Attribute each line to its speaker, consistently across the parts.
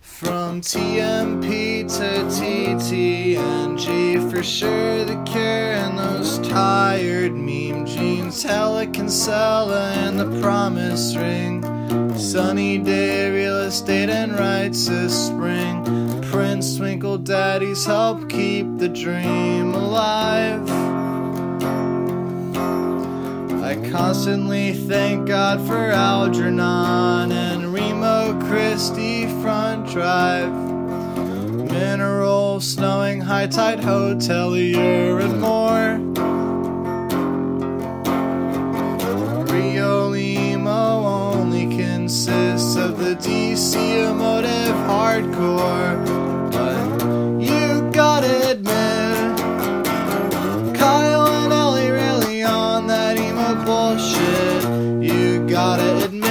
Speaker 1: From TMP to TTNG, for sure the cure and those tired meme jeans, Hella Kinsella and the promise ring, sunny day real estate and rights this spring, Prince Twinkle Daddies help keep the dream alive. I constantly thank God for Algernon and Remo Christi front drive. Mineral, snowing, high tide, hotelier, and more. Rio Limo only consists of the DC emotive hardcore. But you gotta admit, Kyle and Ellie really on that emo bullshit. You gotta admit that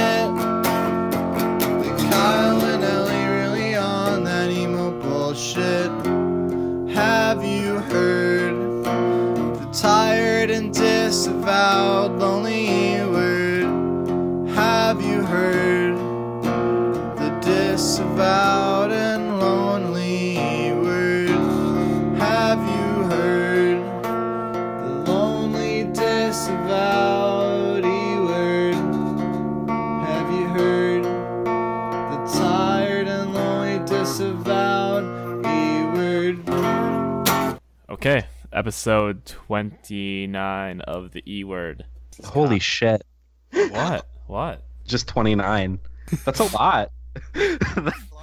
Speaker 1: Kyle and Ellie really on that emo bullshit. Have you heard the tired and disavowed lonely word? Have you heard the disavowed and lonely word? Have you heard? The lonely disavowed word. Have you heard? The tired and lonely disavowed word.
Speaker 2: Okay, episode 29 of the E word.
Speaker 3: Holy shit.
Speaker 2: What? What?
Speaker 3: Just 29. That's a lot.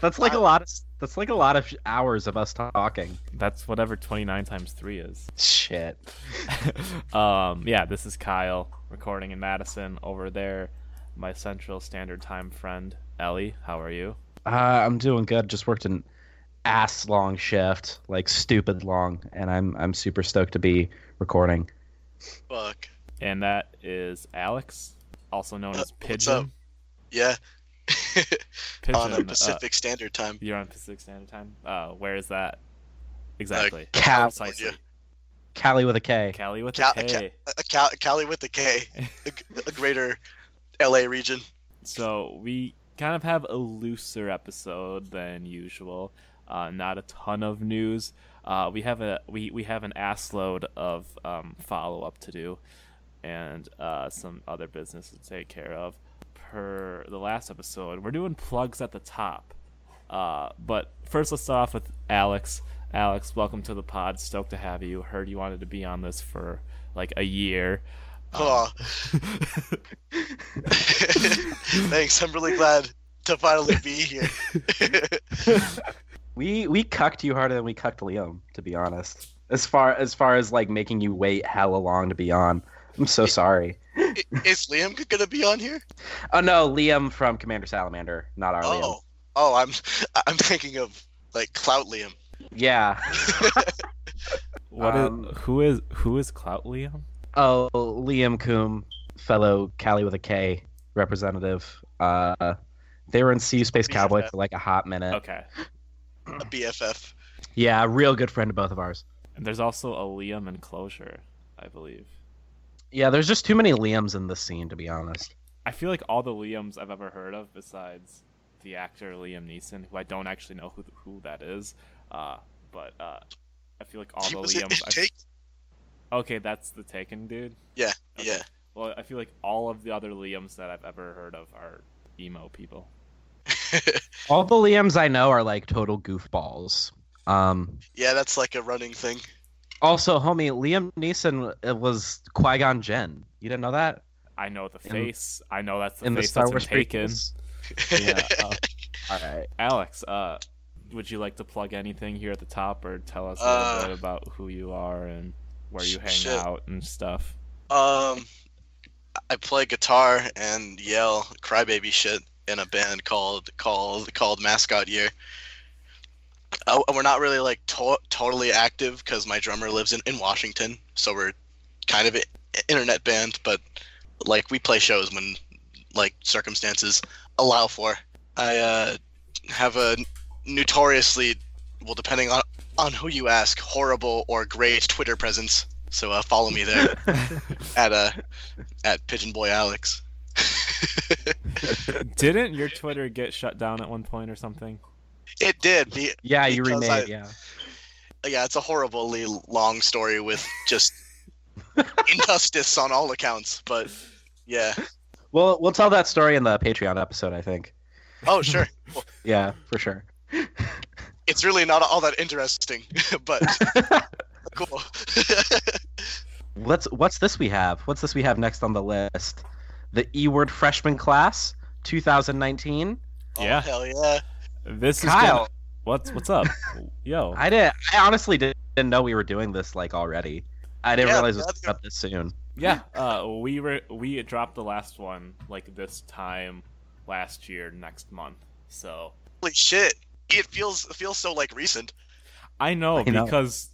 Speaker 3: that's like a lot of that's like a lot of hours of us talking.
Speaker 2: That's whatever 29 times 3 is.
Speaker 3: Shit.
Speaker 2: um, yeah, this is Kyle recording in Madison over there. My Central Standard Time friend, Ellie. How are you?
Speaker 3: Uh, I'm doing good. Just worked an ass long shift, like stupid long, and I'm I'm super stoked to be recording.
Speaker 4: Fuck.
Speaker 2: And that is Alex, also known
Speaker 4: Uh,
Speaker 2: as Pigeon.
Speaker 4: what's up? Yeah.
Speaker 2: Pigeon.
Speaker 4: on
Speaker 2: uh,
Speaker 4: a Pacific Standard Time.
Speaker 2: you're on Pacific Standard Time? Uh, where is that? Exactly.
Speaker 3: Cal-
Speaker 2: Precisely.
Speaker 3: Cali with a K.
Speaker 2: Cali with
Speaker 4: Uh, Cal-
Speaker 2: a K.
Speaker 4: A Cal- Cali with the K, a, a greater LA region.
Speaker 2: So we kind of have a looser episode than usual. Uh, not a ton of news. Uh, we have a we, we have an ass load of um, follow up to do, and uh, some other business to take care of. Per the last episode, we're doing plugs at the top. Uh, but first, let's start off with Alex. Alex, welcome to the pod. Stoked to have you. Heard you wanted to be on this for like a year.
Speaker 4: Oh. Thanks. I'm really glad to finally be here.
Speaker 3: We we cucked you harder than we cucked Liam, to be honest. As far as far as like making you wait hella long to be on. I'm so sorry.
Speaker 4: I- Is Liam gonna be on here?
Speaker 3: Oh no, Liam from Commander Salamander, not our
Speaker 4: Oh, oh, I'm I'm thinking of like Clout Liam.
Speaker 3: Liam. Yeah.
Speaker 2: What is-
Speaker 3: Um,
Speaker 2: who is who is Clout Liam?
Speaker 3: Oh, Liam Coombe, fellow Cali with a K representative. Uh, they were in CU Space Cowboy
Speaker 4: BFF.
Speaker 3: for like a hot minute.
Speaker 2: Okay.
Speaker 4: A BFF.
Speaker 3: Yeah, a real good friend of both of ours.
Speaker 2: And there's also a Liam enclosure, I believe.
Speaker 3: Yeah, there's just too many Liams in this scene, to be honest.
Speaker 2: I feel like all the Liams I've ever heard of, besides the actor Liam Neeson, who I don't actually know who who that is, uh, but uh, I feel like all
Speaker 4: he
Speaker 2: the
Speaker 4: was in
Speaker 2: Liams. I-
Speaker 4: Take-
Speaker 2: okay, that's the Taken dude.
Speaker 4: Yeah,
Speaker 2: Okay.
Speaker 4: yeah.
Speaker 2: Well, I feel like all of the other Liams that I've ever heard of are emo people.
Speaker 3: All the Liams I know are like total goofballs. Um,
Speaker 4: yeah, that's like a running thing.
Speaker 3: also, homie, Liam Neeson uh, was Qui Gon Jinn. You didn't know that?
Speaker 2: I know the
Speaker 3: In-
Speaker 2: face. I know that's the
Speaker 3: in the
Speaker 2: face
Speaker 3: Star
Speaker 2: that's
Speaker 3: Wars
Speaker 2: been Taken.
Speaker 3: prequels.
Speaker 2: Yeah. uh,
Speaker 3: All right.
Speaker 2: Alex, uh, would you like to plug anything here at the top, or tell us a little
Speaker 4: Uh,
Speaker 2: bit about who you are and where you
Speaker 4: sh-
Speaker 2: hang
Speaker 4: shit.
Speaker 2: out and stuff?
Speaker 4: Um, I play guitar and yell crybaby shit in a band called called called Mascot Year. Uh, we're not really like to- totally active because my drummer lives in, in Washington, so we're kind of an internet band, but like we play shows when like circumstances allow for. I uh, have a notoriously, well, depending on on who you ask, horrible or great Twitter presence. So uh, follow me there at uh at Pigeon Boy Alex.
Speaker 2: Didn't your Twitter get shut down at one point or something?
Speaker 4: It did. Be-
Speaker 3: Yeah, you
Speaker 4: Because
Speaker 3: remade.
Speaker 4: I-
Speaker 3: yeah.
Speaker 4: yeah, it's a horribly long story with just injustice on all accounts. But yeah.
Speaker 3: Well, we'll tell that story in the Patreon episode, I think.
Speaker 4: Oh, sure.
Speaker 3: Yeah, for sure.
Speaker 4: It's really not all that interesting, but cool.
Speaker 3: Let's. What's this we have? What's this we have next on the list? The E Word freshman class, 2019.
Speaker 2: Yeah.
Speaker 4: Oh, hell yeah.
Speaker 2: This is
Speaker 3: Kyle,
Speaker 2: gonna- what's what's up, yo?
Speaker 3: I didn't. I honestly didn't know we were doing this like already. I didn't
Speaker 4: Yeah,
Speaker 3: realize it was
Speaker 4: that's-
Speaker 3: coming up this soon.
Speaker 2: Yeah, uh, we were we dropped the last one like this time last year, next month. So
Speaker 4: Holy shit. It feels it feels so like recent.
Speaker 2: I know
Speaker 3: I know.
Speaker 2: because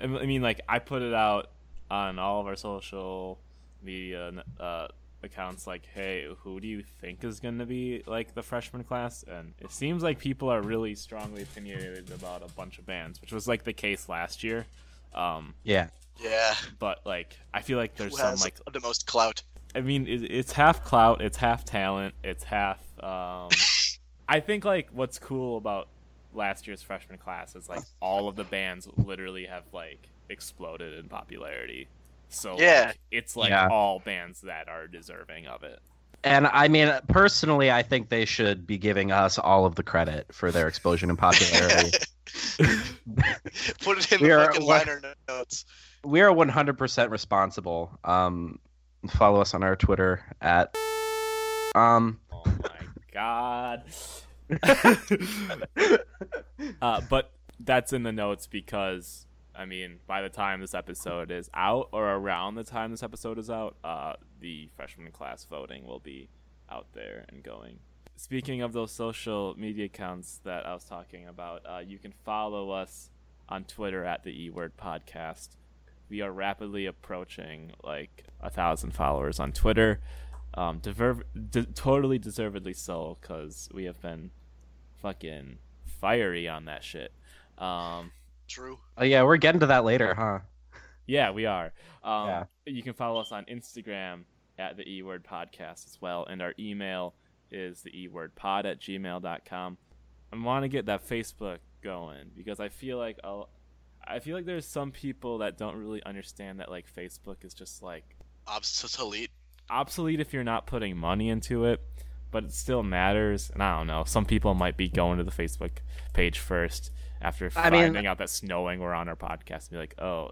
Speaker 2: I m- I mean, like I put it out on all of our social media uh, accounts, like, hey, who do you think is going to be like the freshman class? And it seems like people are really strongly opinionated about a bunch of bands, which was like the case last year. Um,
Speaker 3: Yeah.
Speaker 4: Yeah.
Speaker 2: but like, I feel like there's
Speaker 4: Who
Speaker 2: some
Speaker 4: has
Speaker 2: like,
Speaker 4: the most clout?
Speaker 2: I mean, it, it's half clout, it's half talent, it's half. Um, I think like what's cool about last year's freshman class is like all of the bands literally have like exploded in popularity. So like,
Speaker 4: Yeah.
Speaker 2: it's like
Speaker 3: Yeah.
Speaker 2: all bands that are deserving of it.
Speaker 3: And I mean, personally, I think they should be giving us all of the credit for their explosion in popularity.
Speaker 4: Put it in
Speaker 3: We
Speaker 4: the
Speaker 3: are- we're-
Speaker 4: fucking liner notes.
Speaker 3: we are 100% responsible. Um, follow us on our Twitter at. Um,
Speaker 2: Oh my god. uh, but that's in the notes because I mean, by the time this episode is out, or around the time this episode is out, uh, the freshman class voting will be out there and going. Speaking of those social media accounts that I was talking about, uh, you can follow us on Twitter at the E Word Podcast. We are rapidly approaching like a thousand followers on Twitter. Um, dever- de- totally deservedly so, because we have been fucking fiery on that shit. Um,
Speaker 4: True.
Speaker 3: oh, yeah, we're getting to that later, huh?
Speaker 2: yeah, we are. Um,
Speaker 3: Yeah.
Speaker 2: You can follow us on Instagram at the E Word Podcast as well. And our email is the E Word Pod at gmail.com. I want to get that Facebook going because I feel like I'll, I feel like there's some people that don't really understand that like Facebook is just like
Speaker 4: Obsolete.
Speaker 2: obsolete if you're not putting money into it, but it still matters. And I don't know. Some people might be going to the Facebook page first after
Speaker 3: I mean-
Speaker 2: finding out that snowing we're on our podcast and be like, oh,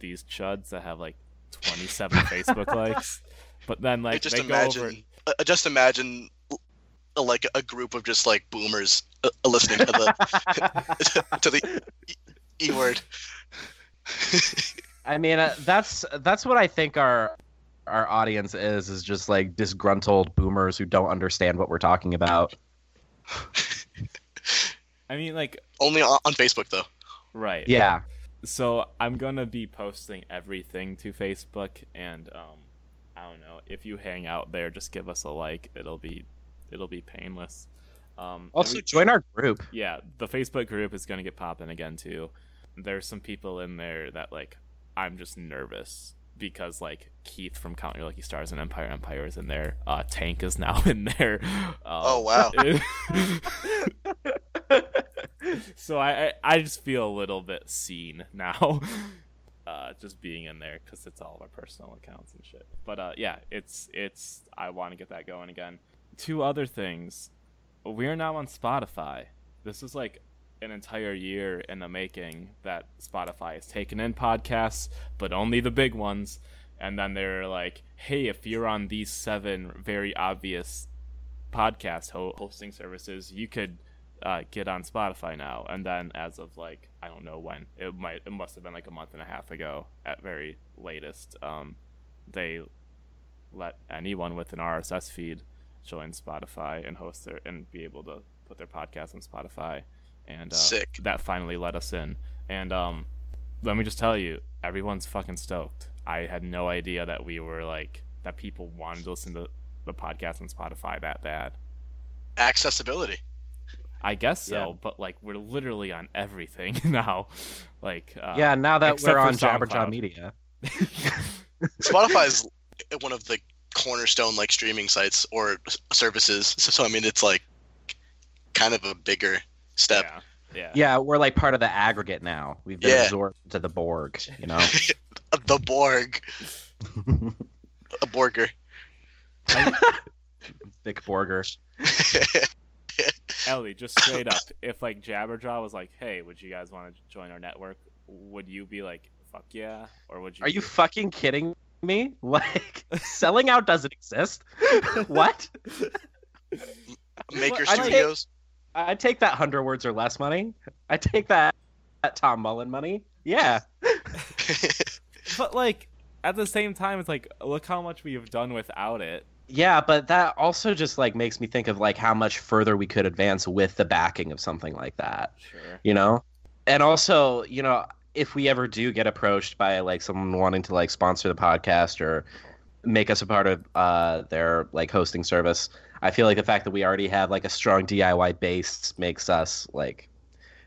Speaker 2: these chuds that have like 27 Facebook likes. But then
Speaker 4: I
Speaker 2: like
Speaker 4: just
Speaker 2: they go over.
Speaker 4: imagine. uh, just imagine, uh, like a group of just like boomers uh, listening to the to the e- e word.
Speaker 3: I mean, uh, that's that's what I think our our audience is is just like disgruntled boomers who don't understand what we're talking about.
Speaker 2: I mean, like
Speaker 4: Only on, on Facebook though.
Speaker 2: right.
Speaker 3: Yeah.
Speaker 2: so I'm gonna be posting everything to Facebook, and um, I don't know if you hang out there, just give us a like. It'll be, it'll be painless. Um,
Speaker 3: Also,
Speaker 2: every-
Speaker 3: join our group.
Speaker 2: yeah, the Facebook group is gonna get popping again too. There's some people in there that like I'm just nervous because like Keith from Count Your Lucky Stars and Empire Empire is in there. Uh, Tank is now in there. Uh,
Speaker 4: Oh wow.
Speaker 2: so I, I I just feel a little bit seen now, uh, just being in there because it's all of our personal accounts and shit. But uh, yeah, it's it's I want to get that going again. Two other things, we're now on Spotify. This is like an entire year in the making that Spotify has taken in podcasts, but only the big ones. And then they're like, hey, if you're on these seven very obvious podcast ho- hosting services, you could uh, get on Spotify now. And then, as of like, I don't know when it might, it must have been like a month and a half ago at very latest. Um, they let anyone with an RSS feed join Spotify and host their and be able to put their podcast on Spotify. And uh,
Speaker 4: Sick.
Speaker 2: that finally let us in. And um, let me just tell you, everyone's fucking stoked. I had no idea that we were like that. People wanted to listen to the podcast on Spotify that bad.
Speaker 4: Accessibility.
Speaker 2: I guess so,
Speaker 3: Yeah.
Speaker 2: but like we're literally on everything now. Like uh,
Speaker 3: yeah, now that
Speaker 2: except
Speaker 3: we're
Speaker 2: for
Speaker 3: on Jabberjaw
Speaker 2: SoundCloud.
Speaker 3: Media.
Speaker 4: Spotify is one of the cornerstone like streaming sites or s- services. So, so I mean, it's like kind of a bigger step.
Speaker 2: Yeah. Yeah.
Speaker 3: Yeah, we're like part of the aggregate now. We've been
Speaker 4: Yeah.
Speaker 3: absorbed to the Borg, you know.
Speaker 4: The Borg, a Borger.
Speaker 3: Vic Borger.
Speaker 2: Ellie, just straight up, if like Jabberjaw was like, "Hey, would you guys want to join our network?" Would you be like, "Fuck yeah," or would you?
Speaker 3: Are you
Speaker 2: be-
Speaker 3: fucking kidding me? Like selling out doesn't exist. what?
Speaker 4: Maker
Speaker 2: Well, I
Speaker 3: take-
Speaker 4: Studios.
Speaker 3: I take that hundred words or less money. I take that, that Tom Mullen money. Yeah.
Speaker 2: but like at the same time, it's like, look how much we have done without it.
Speaker 3: Yeah, but that also just like makes me think of like how much further we could advance with the backing of something like that,
Speaker 2: Sure.
Speaker 3: you know? And also, you know, if we ever do get approached by like someone wanting to like sponsor the podcast or make us a part of uh their like hosting service, I feel like the fact that we already have like a strong DIY base makes us like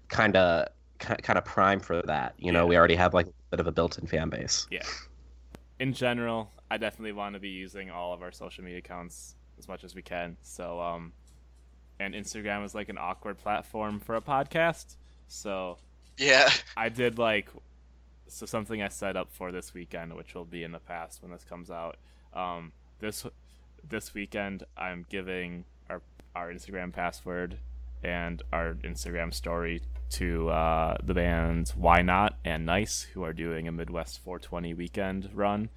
Speaker 3: kind of kind of prime for that. You know,
Speaker 2: Yeah.
Speaker 3: we already have like a bit of a built-in fan base.
Speaker 2: in general, I definitely want to be using all of our social media accounts as much as we can. So, um, and Instagram is like an awkward platform for a podcast. So
Speaker 4: yeah,
Speaker 2: I did like, so something I set up for this weekend, which will be in the past when this comes out. Um, this this weekend, I'm giving our our Instagram password and our Instagram story to uh, the bands Why Not and Nice, who are doing a Midwest 420 weekend run.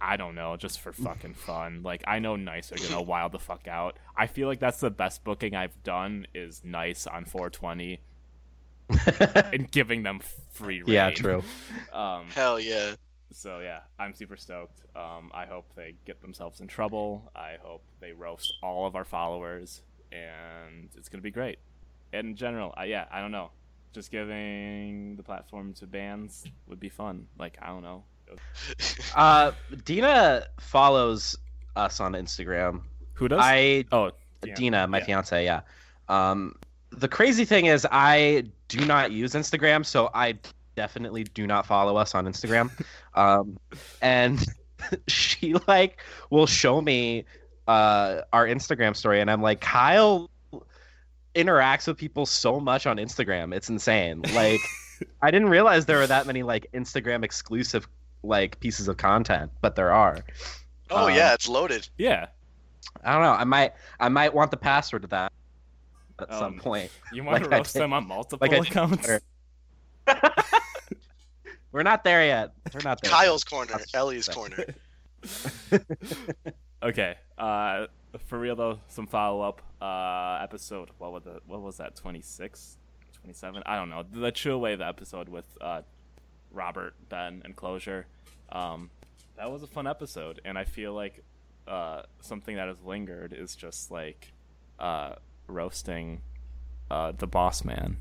Speaker 2: I don't know, just for fucking fun. Like I know Nice are gonna wild the fuck out. I feel like that's the best booking I've done is Nice on 420 and giving them free reign.
Speaker 3: yeah, true.
Speaker 2: Um,
Speaker 4: hell yeah.
Speaker 2: so yeah, I'm super stoked. Um, I hope they get themselves in trouble. I hope they roast all of our followers, and it's gonna be great. And in general, I, yeah, I don't know. Just giving the platform to bands would be fun. Like I don't know.
Speaker 3: Uh, Dina follows us on Instagram.
Speaker 2: Who does?
Speaker 3: I
Speaker 2: oh, Dina.
Speaker 3: Dina, my
Speaker 2: Yeah.
Speaker 3: fiance, yeah. Um, the crazy thing is, I do not use Instagram, so I definitely do not follow us on Instagram. um, and she like will show me uh our Instagram story, and I'm like, Kyle interacts with people so much on Instagram. It's insane. Like, I didn't realize there were that many like Instagram exclusive like pieces of content, but there are.
Speaker 4: Oh
Speaker 3: Um,
Speaker 4: yeah, it's loaded.
Speaker 2: yeah.
Speaker 3: I don't know. I might I might want the password to that at some
Speaker 2: Um,
Speaker 3: point.
Speaker 2: You want
Speaker 3: like
Speaker 2: to
Speaker 3: I
Speaker 2: roast
Speaker 3: did-
Speaker 2: them on multiple
Speaker 3: like I did
Speaker 2: accounts?
Speaker 3: earlier. We're not there yet. We're not there.
Speaker 4: Kyle's corner,
Speaker 3: That's-
Speaker 4: Ellie's corner.
Speaker 2: okay. Uh, for real though, some follow up. Uh, episode. What was the, What was that? 26? 27? I don't know. The Chill Wave episode with uh, Robert, Ben, and Closure. Um, that was a fun episode, and I feel like uh, something that has lingered is just like uh, roasting uh, the boss man.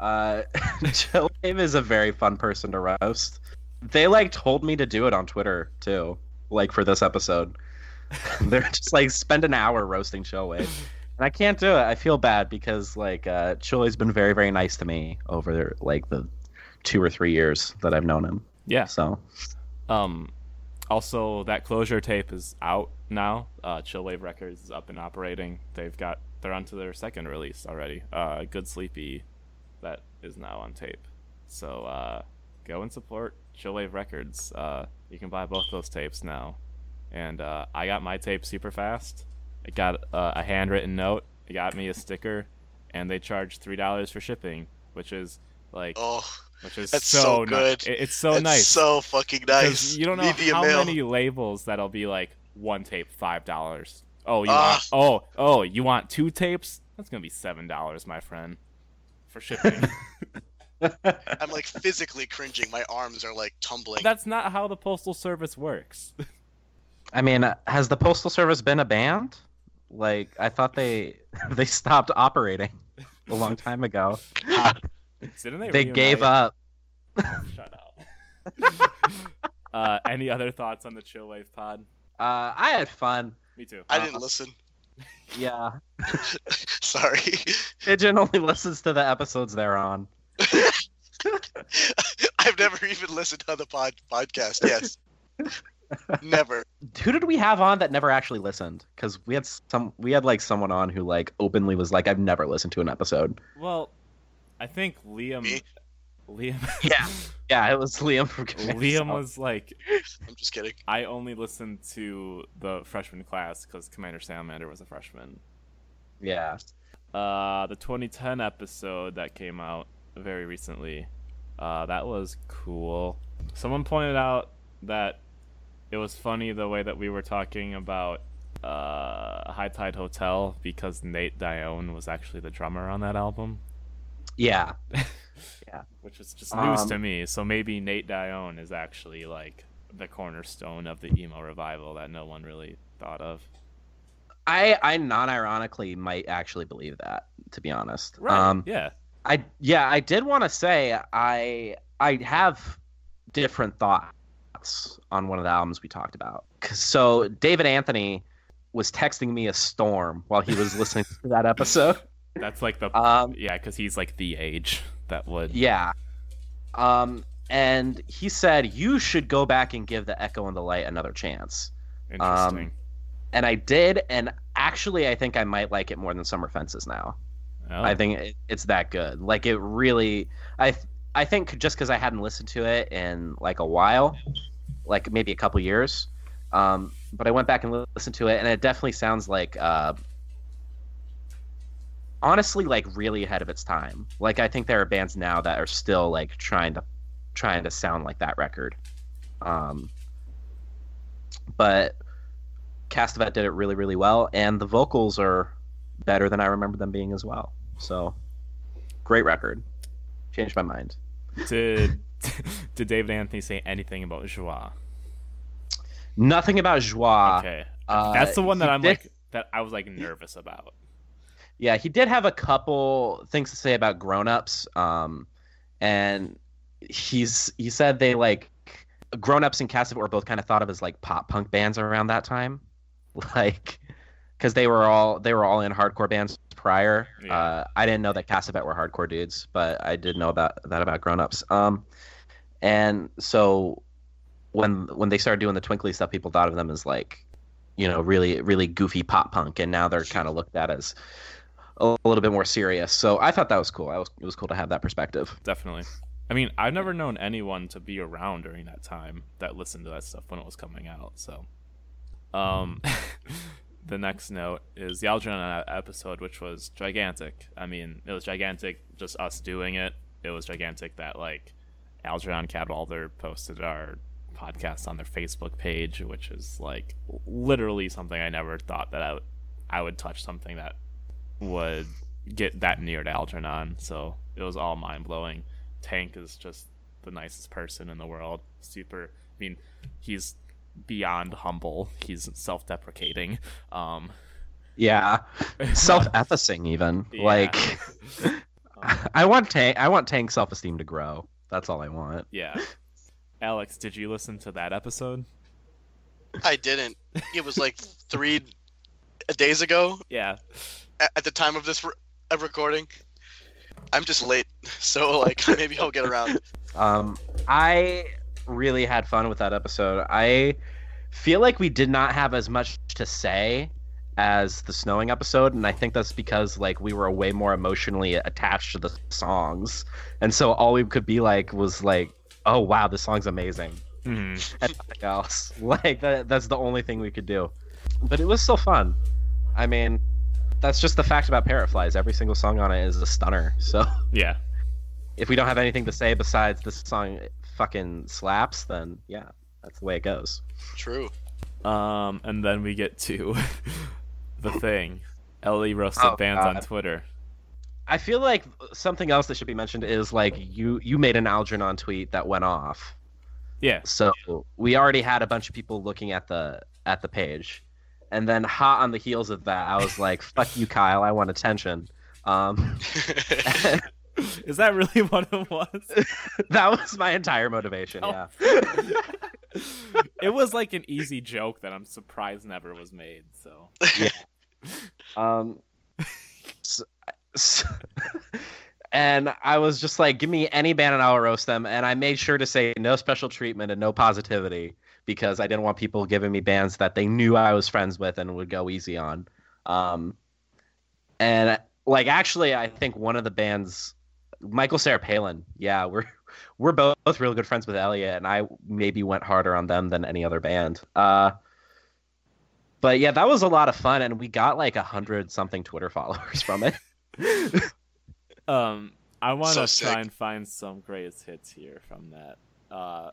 Speaker 3: Uh, Jill Wave is a very fun person to roast. They like told me to do it on Twitter too, like for this episode. They're just like spend an hour roasting Chill Wave, and I can't do it. I feel bad because like uh, Chill Wave's been very very nice to me over like the two or three years that I've known him.
Speaker 2: Yeah.
Speaker 3: So
Speaker 2: Um, also, that closure tape is out now. Uh, Chillwave Records is up and operating. They've got they're onto their second release already. Uh, Good Sleepy, that is now on tape. So uh, go and support Chillwave Records. Uh, you can buy both those tapes now. And uh, I got my tape super fast. I got uh, a handwritten note. It got me a sticker, and they charge three dollars for shipping, which is like,
Speaker 4: Oh,
Speaker 2: which is
Speaker 4: that's
Speaker 2: so,
Speaker 4: so
Speaker 2: ni-
Speaker 4: good.
Speaker 2: it- it's so
Speaker 4: that's
Speaker 2: nice.
Speaker 4: So fucking
Speaker 2: 'Cause
Speaker 4: nice.
Speaker 2: You don't know
Speaker 4: Media
Speaker 2: how
Speaker 4: mail.
Speaker 2: many labels that'll be like one tape five dollars. Oh, you
Speaker 4: Ah.
Speaker 2: want oh oh you want two tapes? That's gonna be seven dollars, my friend, for shipping.
Speaker 4: I'm like physically cringing. My arms are like tumbling.
Speaker 2: That's not how the postal service works.
Speaker 3: I mean, has the postal service been a band? Like, I thought they they stopped operating a long time ago.
Speaker 2: Didn't they?
Speaker 3: They gave
Speaker 2: reunite?
Speaker 3: up.
Speaker 2: Shut up. uh, any other thoughts on the Chill Wave Pod?
Speaker 3: Uh, I had fun.
Speaker 2: Me too. Uh,
Speaker 4: I didn't listen.
Speaker 3: Yeah,
Speaker 4: Sorry.
Speaker 3: Pigeon only listens to the episodes they're on.
Speaker 4: I've never even listened to the pod podcast. Yes. never.
Speaker 3: Who did we have on that never actually listened? Because we had some, we had like someone on who like openly was like, "I've never listened to an episode."
Speaker 2: Well, I think Liam.
Speaker 4: Me?
Speaker 2: Liam.
Speaker 3: Yeah. Yeah, it was Liam from Command
Speaker 2: Liam
Speaker 3: Cell.
Speaker 2: was like,
Speaker 4: I'm just kidding.
Speaker 2: I only listened to the freshman class because Commander Salamander was a freshman.
Speaker 3: Yeah.
Speaker 2: Uh, the 2010 episode that came out very recently, uh, that was cool. Someone pointed out that it was funny the way that we were talking about uh, High Tide Hotel because Nate Dione was actually the drummer on that album,
Speaker 3: Yeah.
Speaker 2: which is just news
Speaker 3: Um,
Speaker 2: to me. So maybe Nate Dione is actually like the cornerstone of the emo revival that no one really thought of.
Speaker 3: I I non ironically might actually believe that, to be honest. Um
Speaker 2: yeah.
Speaker 3: I yeah, I did want to say I I have different thoughts on one of the albums we talked about. 'Cause- So David Anthony was texting me a storm while he was listening to that episode.
Speaker 2: That's like the
Speaker 3: Um
Speaker 2: yeah, because he's like the age that would.
Speaker 3: yeah. Um and he said you should go back and give the Echo and the Light another chance.
Speaker 2: Interesting.
Speaker 3: um, And I did and actually I think I might like it more than Summer Fences now.
Speaker 2: Oh,
Speaker 3: I think it, it's that good. Like it really, I th- I think just because I hadn't listened to it in like a while, like maybe a couple years, um, but I went back and li- listened to it, and it definitely sounds like, uh, honestly, like really ahead of its time. Like I think there are bands now that are still like trying to trying to sound like that record. Um, but Castavet did it really, really well, and the vocals are better than I remember them being as well. So, great record. Changed my mind.
Speaker 2: did did David Anthony say anything about Joie?
Speaker 3: Nothing about Joie.
Speaker 2: okay,
Speaker 3: uh,
Speaker 2: that's the one that
Speaker 3: he
Speaker 2: I'm
Speaker 3: did-
Speaker 2: like that I was like nervous about.
Speaker 3: Yeah, he did have a couple things to say about grown-ups. Um, and he's he said they like grown-ups and Cassavant were both kind of thought of as like pop punk bands around that time, like because they were all they were all in hardcore bands prior.
Speaker 2: Yeah.
Speaker 3: Uh, I didn't know that Cassavant were hardcore dudes, but I did know about that about grown-ups. Um, and so when when they started doing the twinkly stuff, people thought of them as like you know really really goofy pop punk, and now they're kind of looked at as a little bit more serious. So I thought that was cool. I was it was cool to have that perspective.
Speaker 2: Definitely. I mean, I've never known anyone to be around during that time that listened to that stuff when it was coming out. So, um, the next note is the Algernon episode, which was gigantic. I mean, it was gigantic. Just us doing it. It was gigantic that like Algernon Cadwalder posted our podcast on their Facebook page, which is like literally something I never thought that I would, I would touch something that would get that near to Algernon. So it was all mind blowing. Tank is just the nicest person in the world. Super. I mean, he's beyond humble. He's self deprecating. Um,
Speaker 3: Yeah, self-effacing even
Speaker 2: Yeah.
Speaker 3: like
Speaker 2: um,
Speaker 3: I want tank. I want tank self-esteem to grow. That's all I want.
Speaker 2: yeah. Alex, did you listen to that episode?
Speaker 4: I didn't. It was like three days ago
Speaker 2: Yeah.
Speaker 4: a- at the time of this re- of recording. I'm just late, so like maybe I'll get around.
Speaker 3: Um, I really had fun with that episode. I feel like we did not have as much to say as the snowing episode, and I think that's because like we were way more emotionally attached to the songs, and so all we could be like was like, "Oh wow, this song's amazing,"
Speaker 2: Hmm.
Speaker 3: and nothing else. Like that, that's the only thing we could do. But it was still fun. I mean, that's just the fact about Parrotflies. Every single song on it is a stunner. So
Speaker 2: Yeah.
Speaker 3: if we don't have anything to say besides this song fucking slaps, then yeah, that's the way it goes.
Speaker 4: True.
Speaker 2: Um, and then we get to the thing. Ellie roasted
Speaker 3: Oh,
Speaker 2: bands on
Speaker 3: God.
Speaker 2: Twitter.
Speaker 3: I feel like something else that should be mentioned is like you you made an Algernon tweet that went off.
Speaker 2: Yeah.
Speaker 3: So we already had a bunch of people looking at the at the page. And then hot on the heels of that, I was like, fuck you, Kyle, I want attention. Um,
Speaker 2: Is that really what it was?
Speaker 3: that was my entire motivation,
Speaker 2: Oh.
Speaker 3: yeah.
Speaker 2: it was like an easy joke that I'm surprised never was made. So
Speaker 3: Um, s- s- and I was just like, give me any band and I'll roast them. And I made sure to say no special treatment and no positivity because I didn't want people giving me bands that they knew I was friends with and would go easy on. Um, and like, actually, I think one of the bands Michael Sarah Palin. Yeah, we're we're both, both real good friends with Elliot, and I maybe went harder on them than any other band. Uh, but yeah, that was a lot of fun, and we got like a hundred something Twitter followers from it.
Speaker 2: Um, I want to
Speaker 4: So sick.
Speaker 2: try and find some greatest hits here from that. Uh,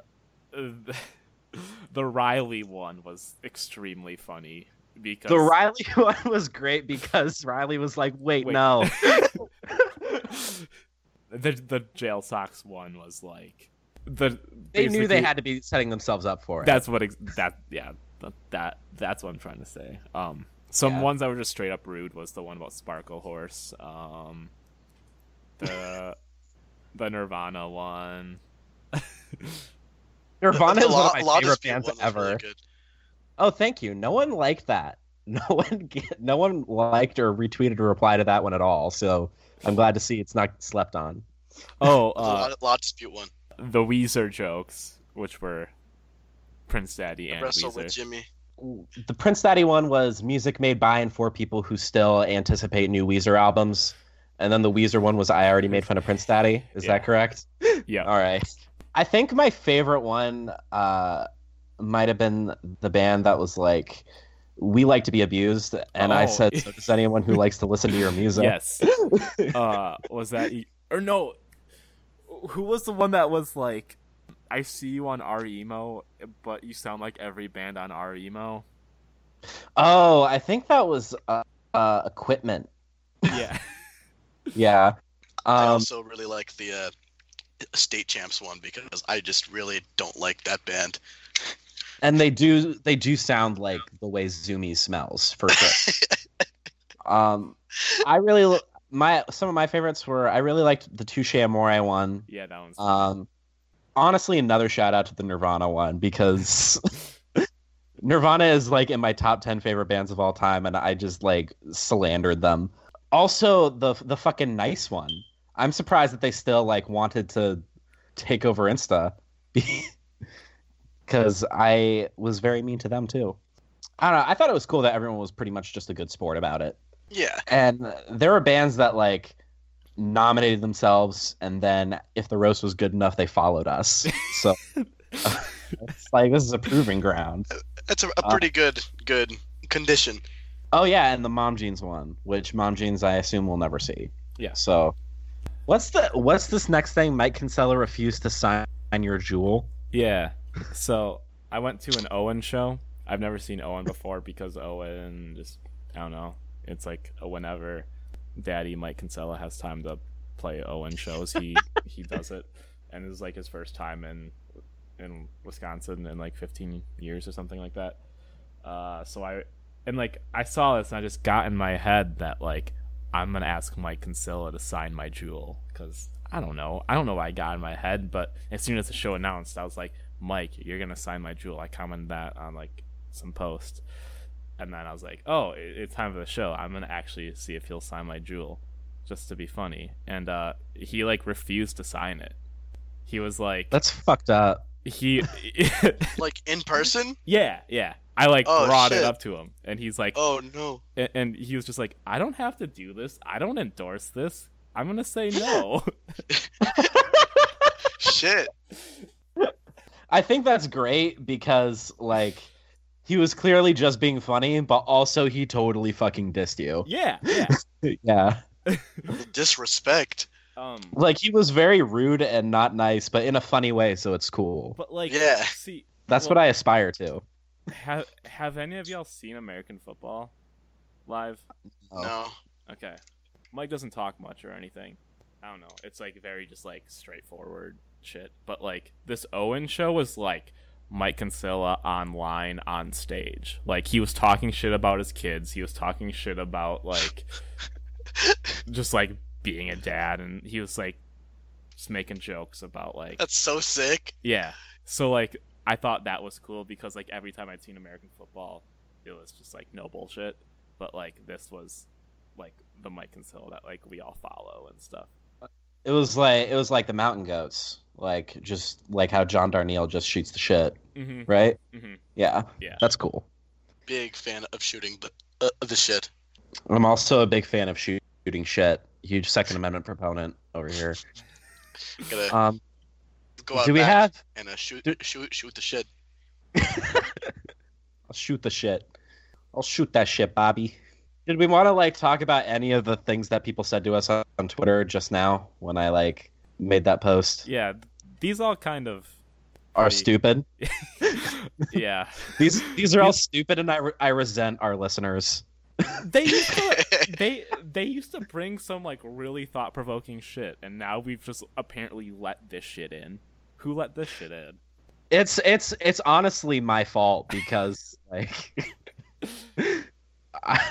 Speaker 2: the Riley one was extremely funny because
Speaker 3: the Riley one was great because Riley was like, "Wait,
Speaker 2: Wait.
Speaker 3: no."
Speaker 2: the the jail socks one was like the
Speaker 3: They knew they
Speaker 2: basically-
Speaker 3: had to be setting themselves up for it.
Speaker 2: That's what ex- that yeah that, that that's what I'm trying to say. Um, some
Speaker 3: Yeah.
Speaker 2: ones that were just straight up rude was the one about Sparkle Horse. Um, the the Nirvana one.
Speaker 3: Nirvana
Speaker 4: The
Speaker 3: is one
Speaker 4: Law-
Speaker 3: of
Speaker 4: Law
Speaker 3: my favorite
Speaker 4: Dispute
Speaker 3: bands
Speaker 4: one was
Speaker 3: ever.
Speaker 4: really good.
Speaker 3: Oh, thank you. No one liked that. No one, get, no one liked or retweeted or replied to that one at all. So I'm glad to see it's not slept on.
Speaker 2: Oh,
Speaker 4: The
Speaker 2: uh,
Speaker 4: Law- Law Dispute one.
Speaker 2: the Weezer jokes, which were Prince Daddy and
Speaker 4: Wrestle with
Speaker 2: Weezer.
Speaker 4: Jimmy.
Speaker 3: The Prince Daddy one was music made by and for people who still anticipate new Weezer albums, and then the Weezer one was I already made fun of Prince Daddy. Is
Speaker 2: Yeah.
Speaker 3: that correct?
Speaker 2: Yeah.
Speaker 3: All right. I think my favorite one uh, might have been the band that was like, "We like to be abused," and I
Speaker 2: Oh.
Speaker 3: said, "So does anyone who likes to listen to your music?"
Speaker 2: Yes. uh, was that e- or no? Who was the one that was like, "I see you on our emo, but you sound like every band on E our emo."
Speaker 3: Oh, I think that was uh, uh, equipment.
Speaker 2: Yeah.
Speaker 3: Yeah.
Speaker 4: I
Speaker 3: Um,
Speaker 4: also really like the uh, State Champs one because I just really don't like that band.
Speaker 3: and they do they do sound like the way Zoomy smells for sure. um, I really my some of my favorites were I really liked the Touche Amore one.
Speaker 2: Yeah, that one's.
Speaker 3: Um, honestly, another shout out to the Nirvana one because Nirvana is like in my top ten favorite bands of all time, and I just like slandered them. Also, the the fucking nice one. I'm surprised that they still like wanted to take over Insta because I was very mean to them too. I don't know. I thought it was cool that everyone was pretty much just a good sport about it
Speaker 4: Yeah,
Speaker 3: and there were bands that like nominated themselves and then if the roast was good enough they followed us so it's like this is a proving ground
Speaker 4: it's a, a
Speaker 3: Uh,
Speaker 4: pretty good good condition.
Speaker 3: oh yeah and the mom jeans one which mom jeans i assume we'll never see
Speaker 2: Yeah.
Speaker 3: so what's the what's this next thing mike kinsella refused to sign your jewel
Speaker 2: yeah. So I went to an Owen show. I've never seen Owen before because Owen just I don't know. It's like whenever Daddy Mike Kinsella has time to play Owen shows, he he does it, and it was like his first time in in Wisconsin in like 15 years or something like that. Uh, so I and like I saw this and I just got in my head that like I'm gonna ask Mike Kinsella to sign my jewel because I don't know I don't know why I got in my head, but as soon as the show announced, I was like Mike, you're gonna sign my jewel. I commented that on like some post, and then I was like, oh, it, it's time for the show. I'm gonna actually see if he'll sign my jewel, just to be funny. And uh, he like refused to sign it. He was like,
Speaker 3: that's fucked up
Speaker 2: he
Speaker 4: Like in person?
Speaker 2: yeah yeah i like
Speaker 4: Oh,
Speaker 2: brought it
Speaker 4: shit.
Speaker 2: up to him and he's like
Speaker 4: Oh no.
Speaker 2: and, and he was just like i don't have to do this i don't endorse this i'm gonna say no
Speaker 4: Shit.
Speaker 3: i think that's great because like he was clearly just being funny but also he totally fucking dissed you
Speaker 2: yeah yeah
Speaker 3: yeah
Speaker 4: The disrespect.
Speaker 2: um
Speaker 3: like he was very rude and not nice but in a funny way so it's cool
Speaker 2: but like
Speaker 4: Yeah.
Speaker 2: see
Speaker 3: that's what i aspire to
Speaker 2: have have any of y'all seen american football live
Speaker 3: Oh.
Speaker 4: No.
Speaker 2: okay mike doesn't talk much or anything i don't know it's like very just like straightforward shit but like this owen show was like Mike Kinsella online on stage. Like he was talking shit about his kids. He was talking shit about like just like being a dad and he was like just making jokes about like
Speaker 4: That's so sick.
Speaker 2: yeah. So like I thought that was cool because like every time I'd seen American football, it was just like no bullshit. But like this was like the Mike Kinsella that like we all follow and stuff.
Speaker 3: it was like it was like the mountain goats like just like how john darnielle just shoots the shit
Speaker 2: Mm-hmm.
Speaker 3: right
Speaker 2: Mhm.
Speaker 3: yeah
Speaker 2: Yeah.
Speaker 3: that's cool
Speaker 4: Big fan of shooting the uh, the shit.
Speaker 3: i'm also a big fan of shoot- shooting shit huge Second Amendment proponent over here.
Speaker 4: Gotta
Speaker 3: Um,
Speaker 4: go out
Speaker 3: do we
Speaker 4: back
Speaker 3: have?
Speaker 4: and uh, shoot,
Speaker 3: do-
Speaker 4: shoot, shoot the shit.
Speaker 3: I'll shoot the shit. I'll shoot that shit, Bobby. Did we want to like talk about any of the things that people said to us on, on Twitter just now when I like made that post?
Speaker 2: Yeah, these all kind of
Speaker 3: Are
Speaker 2: pretty-
Speaker 3: stupid.
Speaker 2: yeah,
Speaker 3: These these are all stupid, and I re- I resent our listeners.
Speaker 2: they used to,
Speaker 3: Uh,
Speaker 2: they they used to bring some like really thought provoking shit, and now we've just apparently let this shit in. Who let this shit in?
Speaker 3: It's it's it's honestly my fault because like I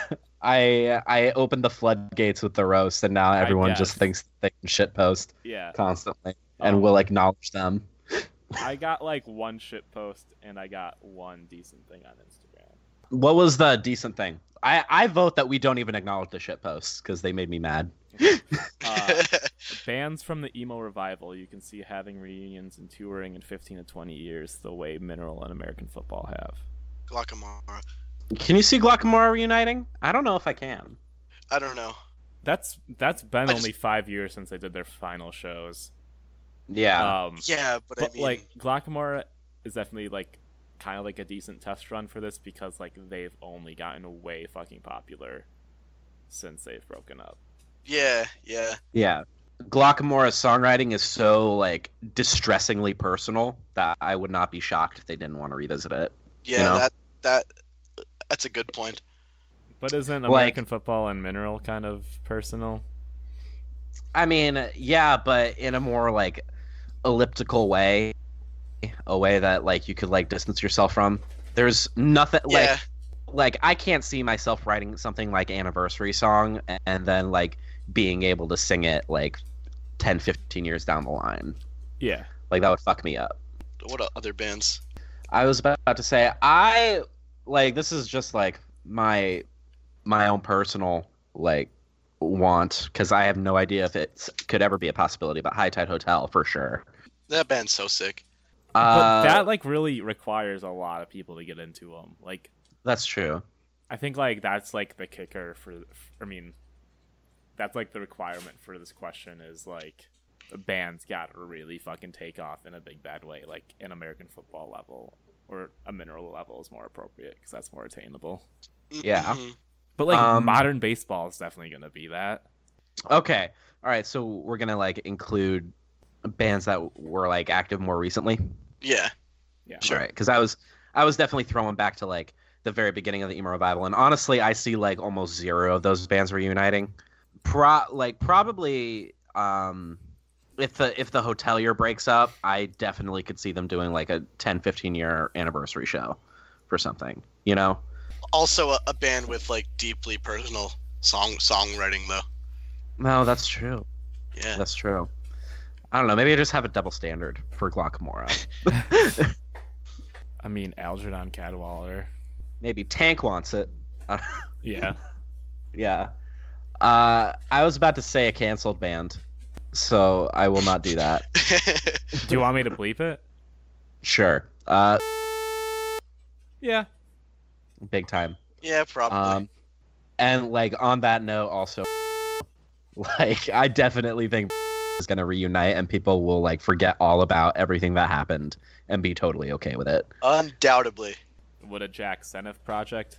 Speaker 3: I I opened the floodgates with the roast, and now everyone just
Speaker 2: guess.
Speaker 3: thinks they can shit post
Speaker 2: Yeah,
Speaker 3: constantly,
Speaker 2: Um,
Speaker 3: and will acknowledge them.
Speaker 2: I got like one shit post, and I got one decent thing on Instagram.
Speaker 3: What was the decent thing? I, I vote that we don't even acknowledge the shit posts because they made me mad.
Speaker 2: Uh, bands from the emo revival you can see having reunions and touring in 15 to 20 years the way mineral and american football have
Speaker 4: Glockamara.
Speaker 3: Can you see Glockamora reuniting? I don't know if I can.
Speaker 4: I don't know.
Speaker 2: that's that's been
Speaker 4: I just-
Speaker 2: only five years since they did their final shows
Speaker 3: Yeah.
Speaker 2: um
Speaker 4: Yeah, but,
Speaker 2: but
Speaker 4: I mean,
Speaker 2: like glockamora is definitely like kind of like a decent test run for this because like they've only gotten way fucking popular since they've broken up
Speaker 4: yeah, yeah.
Speaker 3: yeah. Glockamora's songwriting is so like distressingly personal that I would not be shocked if they didn't want to revisit it.
Speaker 4: Yeah,
Speaker 3: You know?
Speaker 4: that that that's a good point.
Speaker 2: but isn't
Speaker 3: Like-
Speaker 2: american football and mineral kind of personal
Speaker 3: I mean, yeah, but in a more like elliptical way, a way that like you could like distance yourself from. There's nothing like
Speaker 4: yeah,
Speaker 3: like I can't see myself writing something like anniversary song a- and then like being able to sing it like 10 15 years down the line.
Speaker 2: yeah
Speaker 3: Like that would fuck me up.
Speaker 4: what are other bands?
Speaker 3: I was about to say I like this is just like my my own personal like want cuz I have no idea if it could ever be a possibility but High Tide Hotel for sure.
Speaker 4: That band's so sick.
Speaker 3: uh
Speaker 2: but that like really requires a lot of people to get into them like
Speaker 3: that's true.
Speaker 2: I think like that's like the kicker for. f- I mean, that's like the requirement for this question is like the band's got to really fucking take off in a big bad way, like an American football level or a mineral level is more appropriate because that's more attainable.
Speaker 3: Yeah.
Speaker 4: Mhm.
Speaker 2: But like
Speaker 3: Um,
Speaker 2: modern baseball is definitely gonna be that.
Speaker 3: Okay. All right, so we're going to like include bands that were like active more recently.
Speaker 4: Yeah.
Speaker 2: Yeah.
Speaker 4: Sure.
Speaker 3: Right, because I was I was definitely throwing back to like the very beginning of the emo revival, and honestly, I see like almost zero of those bands reuniting. Pro like probably um if the if the hotelier breaks up, I definitely could see them doing like a 10, 15 year anniversary show for something, you know.
Speaker 4: Also, a, a band with like deeply personal song songwriting though.
Speaker 3: No, that's true.
Speaker 4: Yeah.
Speaker 3: That's true. I don't know. Maybe I just have a double standard for Glockamora.
Speaker 2: I mean Algernon Cadwallader.
Speaker 3: maybe Tank wants it.
Speaker 2: Yeah.
Speaker 3: Yeah. Uh, I was about to say a canceled band, so I will not do that.
Speaker 2: Do you want me to bleep it?
Speaker 3: sure. Uh,
Speaker 2: Yeah.
Speaker 3: big time.
Speaker 4: yeah, probably.
Speaker 3: Um, and like on that note, also, like I definitely think is gonna reunite, and people will like forget all about everything that happened and be totally okay with it.
Speaker 4: Undoubtedly.
Speaker 2: Would a Jack Senef project?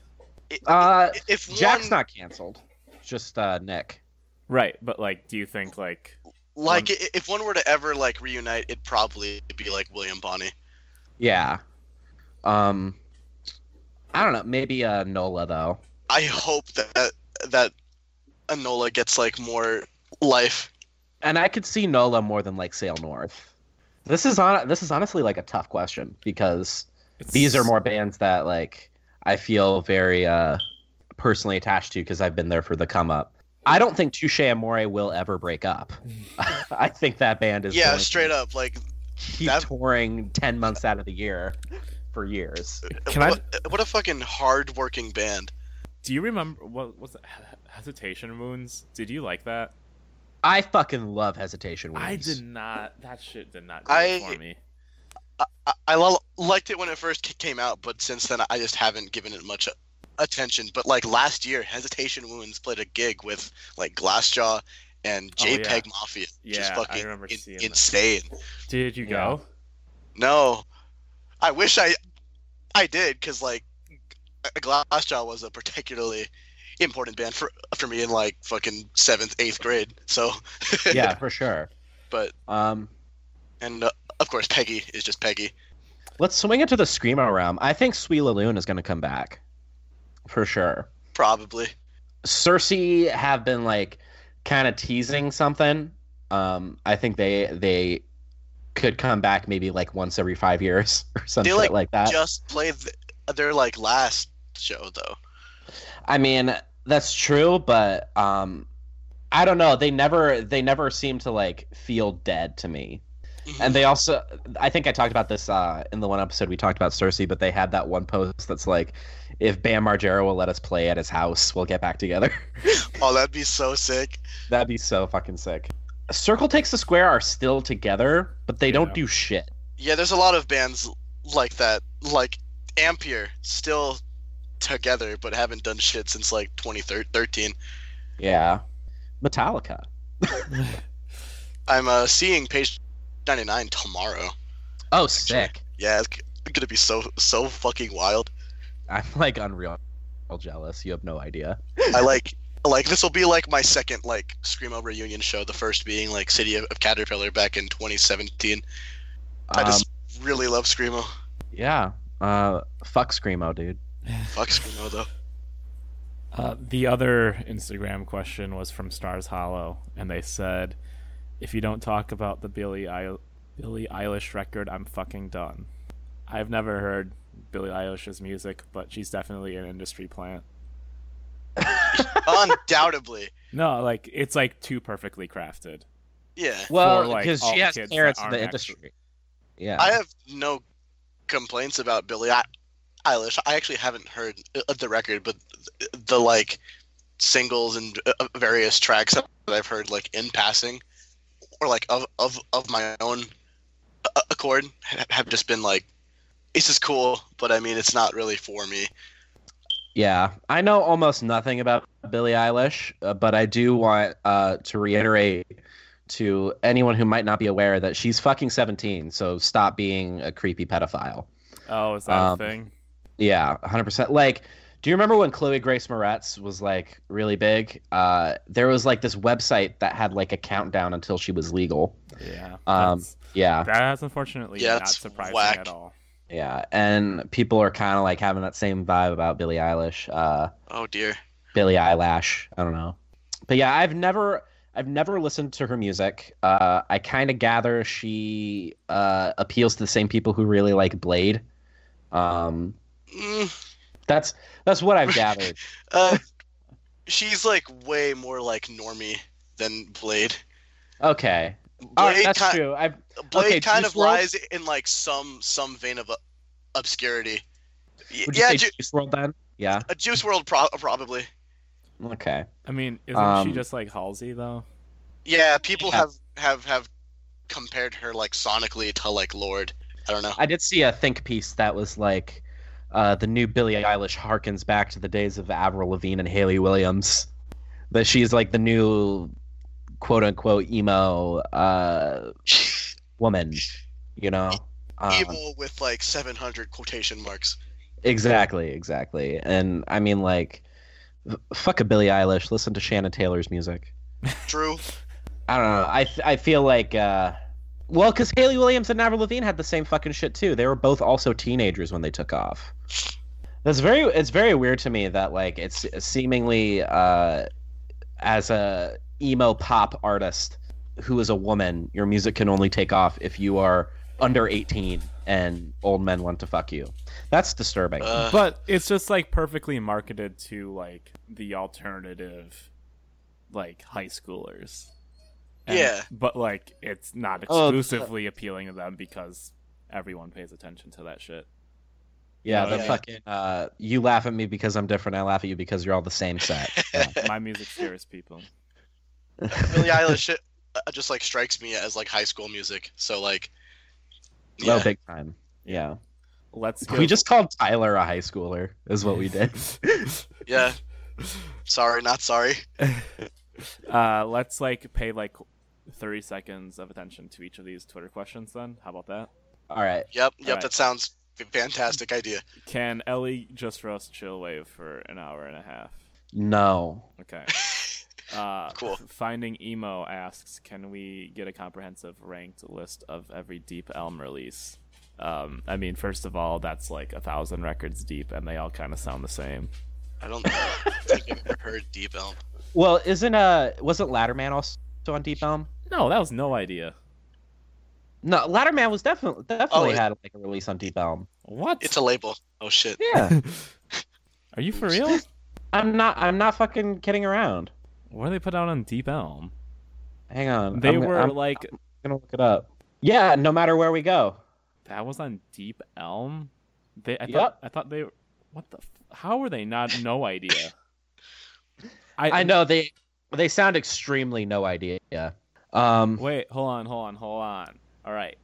Speaker 3: Uh,
Speaker 4: If
Speaker 3: Jack's
Speaker 4: one,
Speaker 3: not canceled, just uh, Nick.
Speaker 2: Right, but like, do you think like
Speaker 4: like, i if one were to ever like reunite, it'd probably be like William Bonney.
Speaker 3: Yeah. Um, I don't know. Maybe uh, Nola though.
Speaker 4: I hope that that Anola gets like more life.
Speaker 3: and I could see Nola more than like Sail North. This is on. This is honestly like a tough question because
Speaker 2: it's-
Speaker 3: these are more bands that like I feel very uh personally attached to because I've been there for the come up. I don't think Touche Amore will ever break up. I think that band is
Speaker 4: Yeah,
Speaker 3: going
Speaker 4: straight
Speaker 3: to
Speaker 4: up. Like,
Speaker 3: keep
Speaker 4: that-
Speaker 3: touring ten months out of the year for years.
Speaker 2: Can I-
Speaker 4: what, what a fucking hard-working band.
Speaker 2: Do you remember what was it? Hesitation Wounds? Did you like that?
Speaker 3: I fucking love Hesitation Wounds.
Speaker 2: I did not. That shit did not do
Speaker 4: I-
Speaker 2: it for me.
Speaker 4: I, I lo- liked it when it first ca- came out, but since then I just haven't given it much uh, attention. But like last year, Hesitation Wounds played a gig with like Glassjaw and
Speaker 2: Oh, yeah.
Speaker 4: JPEG Mafia.
Speaker 2: Yeah,
Speaker 4: just
Speaker 2: I
Speaker 4: fucking
Speaker 2: remember
Speaker 4: in-
Speaker 2: seeing that.
Speaker 4: insane.
Speaker 2: Did you
Speaker 3: Yeah.
Speaker 2: go?
Speaker 4: No, I wish I, I did because like, uh, Glassjaw was a particularly important band for for me in like fucking seventh, eighth grade. So,
Speaker 3: yeah, for sure.
Speaker 4: But-
Speaker 3: um,
Speaker 4: and uh, of course Peggy is just Peggy.
Speaker 3: let's swing into the screamo realm. I think Sweet Laloon is going to come back, for sure.
Speaker 4: Probably.
Speaker 3: Cersei have been like kind of teasing something. Um, I think they they could come back maybe like once every five years or something
Speaker 4: They, like,
Speaker 3: like, that.
Speaker 4: Just played th- their like last show though.
Speaker 3: I mean, that's true, but um, I don't know. They never they never seem to like feel dead to me. And they also, I think I talked about this uh, in the one episode we talked about Cersei, but they had that one post that's like, if Bam Margera will let us play at his house, we'll get back together.
Speaker 4: Oh, that'd be so sick.
Speaker 3: That'd be so fucking sick. Circle Takes the Square are still together, but they
Speaker 2: Yeah.
Speaker 3: don't do shit.
Speaker 4: Yeah, there's a lot of bands like that, like Ampere, still together but haven't done shit since like 2013.
Speaker 3: Yeah. Metallica.
Speaker 4: I'm uh, seeing Page 99 tomorrow.
Speaker 3: Oh, sick.
Speaker 4: Yeah, it's g- gonna be so so fucking wild.
Speaker 3: I'm like unreal jealous. You have no idea.
Speaker 4: I like like this will be like my second like screamo reunion show. The first being like City of, of Caterpillar back in 2017. I just really love screamo.
Speaker 3: Um, yeah. Uh, fuck Screamo, dude.
Speaker 4: Fuck screamo though.
Speaker 2: Uh, the other Instagram question was from Stars Hollow, and they said, "If you don't talk about the Billie I- Billie Eilish record, I'm fucking done." I've never heard Billie Eilish's music, but she's definitely an industry plant.
Speaker 4: Undoubtedly,
Speaker 2: No, like it's like too perfectly crafted.
Speaker 4: yeah.
Speaker 2: For,
Speaker 3: Well,
Speaker 2: like,
Speaker 3: because
Speaker 2: all
Speaker 3: she has
Speaker 2: kids that
Speaker 3: parents in
Speaker 2: aren't
Speaker 3: the
Speaker 2: actually-
Speaker 3: industry. Yeah.
Speaker 4: I have no complaints about Billie I- Eilish. I actually haven't heard uh, the record, but th- the like singles and uh, various tracks that I've heard like in passing or like of of of my own uh, accord ha- have just been like this is cool, but I mean it's not really for me.
Speaker 3: Yeah, I know almost nothing about Billie Eilish, uh, but I do want uh, to reiterate to anyone who might not be aware that she's fucking 17, so stop being a creepy pedophile.
Speaker 2: Oh, is that
Speaker 3: Um,
Speaker 2: a thing?
Speaker 3: Yeah, 100%. Like, do you remember when Chloe Grace Moretz was like really big? Uh, there was like this website that had like a countdown until she was legal.
Speaker 2: Yeah.
Speaker 3: um,
Speaker 2: that's-
Speaker 3: Yeah,
Speaker 2: that's unfortunately
Speaker 4: Yeah,
Speaker 2: not
Speaker 4: that's
Speaker 2: surprising
Speaker 4: whack.
Speaker 2: at all.
Speaker 3: yeah. And people are kind of like having that same vibe about Billie Eilish. Uh,
Speaker 4: Oh dear.
Speaker 3: Billie Eyelash. I don't know. But yeah, I've never I've never listened to her music. Uh, I kind of gather she uh, appeals to the same people who really like Blade. Um,
Speaker 4: Mm,
Speaker 3: that's that's what I've gathered.
Speaker 4: uh, she's like way more like normie than Blade.
Speaker 3: Okay,
Speaker 4: Blade
Speaker 3: all right, that's
Speaker 4: ki-
Speaker 3: true. I've
Speaker 4: Blade
Speaker 3: Okay,
Speaker 4: kind of
Speaker 3: Juice WRLD?
Speaker 4: lies in like some some vein of uh, obscurity. Y-
Speaker 3: would you
Speaker 4: Yeah,
Speaker 3: say
Speaker 4: Ju-
Speaker 3: Juice World then? Yeah.
Speaker 4: a Juice World pro- probably.
Speaker 3: Okay.
Speaker 2: I mean, isn't she
Speaker 3: Um,
Speaker 2: just like Halsey though?
Speaker 4: Yeah, people
Speaker 3: Yeah.
Speaker 4: have have have compared her like sonically to like Lord. I don't know.
Speaker 3: I did see a think piece that was like uh, the new Billie Eilish harkens back to the days of Avril Lavigne and Haley Williams. That she's like the new quote unquote emo uh, woman, you know? Um,
Speaker 4: Evil with like 700 quotation marks.
Speaker 3: exactly, exactly. And I mean, like, f- fuck a Billie Eilish. Listen to Shannon Taylor's music.
Speaker 4: True.
Speaker 3: I don't know. I, th- I feel like, uh, well, because Haley Williams and Avril Lavigne had the same fucking shit too. They were both also teenagers when they took off. That's very. It's very weird to me that like it's seemingly uh, as a emo pop artist who is a woman, your music can only take off if you are under eighteen and old men want to fuck you. That's disturbing.
Speaker 4: Uh,
Speaker 2: but it's just like perfectly marketed to like the alternative like high schoolers
Speaker 4: Yeah.
Speaker 2: but like it's not
Speaker 3: Oh,
Speaker 2: exclusively appealing to them because everyone pays attention to that shit
Speaker 3: yeah, the
Speaker 4: yeah.
Speaker 3: fucking. Uh, you laugh at me because I'm different. I laugh at you because you're all the same set.
Speaker 2: my music scares people
Speaker 4: Billie Eilish shit uh, just like strikes me as like high school music. So like
Speaker 3: No,
Speaker 4: yeah.
Speaker 3: Oh, big time. Yeah.
Speaker 2: let's
Speaker 3: We
Speaker 2: give-
Speaker 3: just called Tyler a high schooler, is what we did.
Speaker 4: yeah. Sorry, not sorry.
Speaker 2: Uh, let's like pay like 30 seconds of attention to each of these Twitter questions then. How about that?
Speaker 3: All right.
Speaker 4: Yep, yep,
Speaker 2: Alright.
Speaker 4: that sounds f- fantastic idea.
Speaker 2: Can Ellie just roast Chillwave for an hour and a half?
Speaker 3: No.
Speaker 2: Okay. Uh,
Speaker 4: Cool.
Speaker 2: Finding Emo asks, can we get a comprehensive ranked list of every Deep Elm release? Um, I mean, first of all, that's like a thousand records deep, and they all kind of sound the same.
Speaker 4: I don't think I've ever heard Deep Elm.
Speaker 3: Well, isn't uh wasn't Ladderman also on Deep Elm?
Speaker 2: No, that was no idea.
Speaker 3: No, Ladderman was definitely definitely
Speaker 4: it-
Speaker 3: had like a release on Deep Elm.
Speaker 2: What?
Speaker 4: It's a label. Oh shit.
Speaker 3: Yeah.
Speaker 2: Are you for real?
Speaker 3: I'm not I'm not fucking kidding around.
Speaker 2: What did they put out on Deep Elm?
Speaker 3: Hang on.
Speaker 2: They
Speaker 3: I'm-
Speaker 2: were
Speaker 3: I'm
Speaker 2: like,
Speaker 3: gonna look it up. Yeah, no matter where we go.
Speaker 2: that was on Deep Elm. They, I
Speaker 3: Yep.
Speaker 2: thought, I thought they, what the? F- how were they not? No idea.
Speaker 3: I know they they sound extremely no idea. Yeah. Um
Speaker 2: Wait, hold on, hold on, hold on. All right.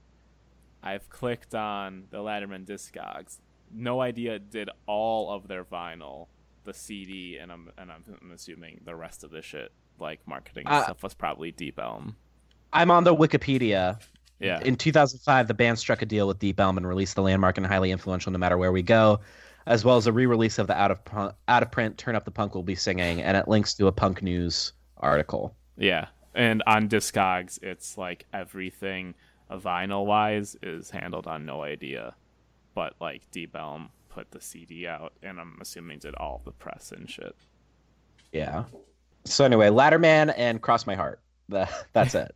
Speaker 2: I've clicked on the Ladderman Discogs. No idea did all of their vinyl, the CD, and I'm and I'm, I'm assuming the rest of the shit like marketing and
Speaker 3: Uh,
Speaker 2: stuff was probably Deep Elm.
Speaker 3: I'm on the Wikipedia.
Speaker 2: Yeah.
Speaker 3: In 2005, the band struck a deal with Deep Elm and released the landmark and highly influential "No Matter Where We Go," as well as a re-release of the out of punk, out of print "Turn Up the Punk Will Be Singing," and it links to a punk news article.
Speaker 2: Yeah. And on Discogs, it's like everything vinyl wise is handled on No Idea, but like Deep Elm put the CD out, and I'm assuming did all the press and shit.
Speaker 3: Yeah. So anyway, Ladderman and Cross My Heart. The, that's it.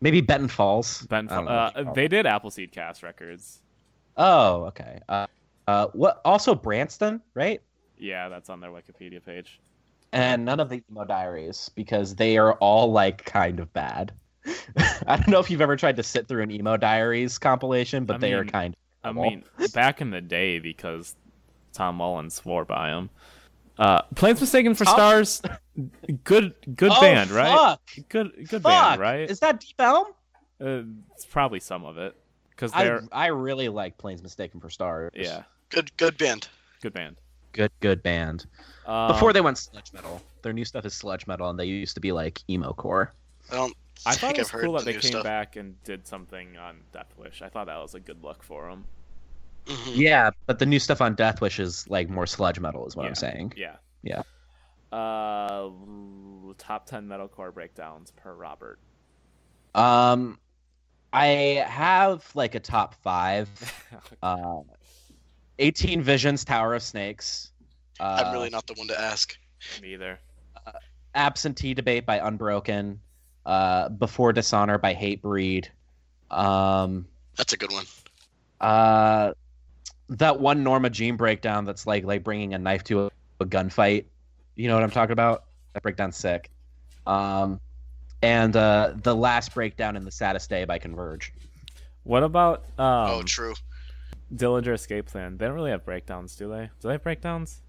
Speaker 3: Maybe Benton Falls.
Speaker 2: Ben,
Speaker 3: I don't know what you
Speaker 2: uh,
Speaker 3: call
Speaker 2: they did Appleseed Cast Records.
Speaker 3: it. Oh, okay. Uh, uh, what? Also Branston, right?
Speaker 2: Yeah, that's on their Wikipedia page.
Speaker 3: and none of the emo diaries because they are all like kind of bad. I don't know if you've ever tried to sit through an emo diaries compilation, but
Speaker 2: I
Speaker 3: they are
Speaker 2: mean,
Speaker 3: kind.
Speaker 2: I
Speaker 3: Cool.
Speaker 2: mean, back in the day, because Tom Mullen swore by him. Uh, Planes Mistaken for
Speaker 3: Tom- Oh,
Speaker 2: Stars, good good band, right?
Speaker 3: Fuck,
Speaker 2: Good good
Speaker 3: fuck.
Speaker 2: band, right?
Speaker 3: Is that Deep Elm?
Speaker 2: Uh, it's probably some of it, because
Speaker 3: I,
Speaker 2: they're
Speaker 3: I really like Planes Mistaken for Stars.
Speaker 2: yeah,
Speaker 4: Good good band.
Speaker 2: good band.
Speaker 3: good good band.
Speaker 2: Um,
Speaker 3: Before they went sludge metal, their new stuff is sludge metal, and they used to be like emo core.
Speaker 4: I don't
Speaker 2: I
Speaker 4: think
Speaker 2: thought it was
Speaker 4: I've heard
Speaker 2: cool that
Speaker 4: the
Speaker 2: they
Speaker 4: new
Speaker 2: came
Speaker 4: stuff.
Speaker 2: back and did something on Death Wish. I thought that was a good look for them.
Speaker 4: Mhm.
Speaker 3: Yeah, but the new stuff on Deathwish is like more sludge metal, is what
Speaker 2: Yeah.
Speaker 3: I'm saying.
Speaker 2: Yeah.
Speaker 3: Yeah.
Speaker 2: Uh, l- top ten metalcore breakdowns per Robert.
Speaker 3: Um, I have like a top five. Uh, 18 Visions, Tower of Snakes. Uh,
Speaker 4: I'm really not the one to ask.
Speaker 2: Me either.
Speaker 3: Absentee Debate by Unbroken. Uh, Before Dishonor by Hatebreed. Um,
Speaker 4: That's a good one.
Speaker 3: uh, that one Norma Jean breakdown that's like like bringing a knife to a, a gunfight. You know what I'm talking about? That breakdown's sick. Um, and uh, the last breakdown in The Saddest Day by Converge.
Speaker 2: What about um,
Speaker 4: oh, true.
Speaker 2: Dillinger Escape Plan? They don't really have breakdowns, do they? Do they have breakdowns?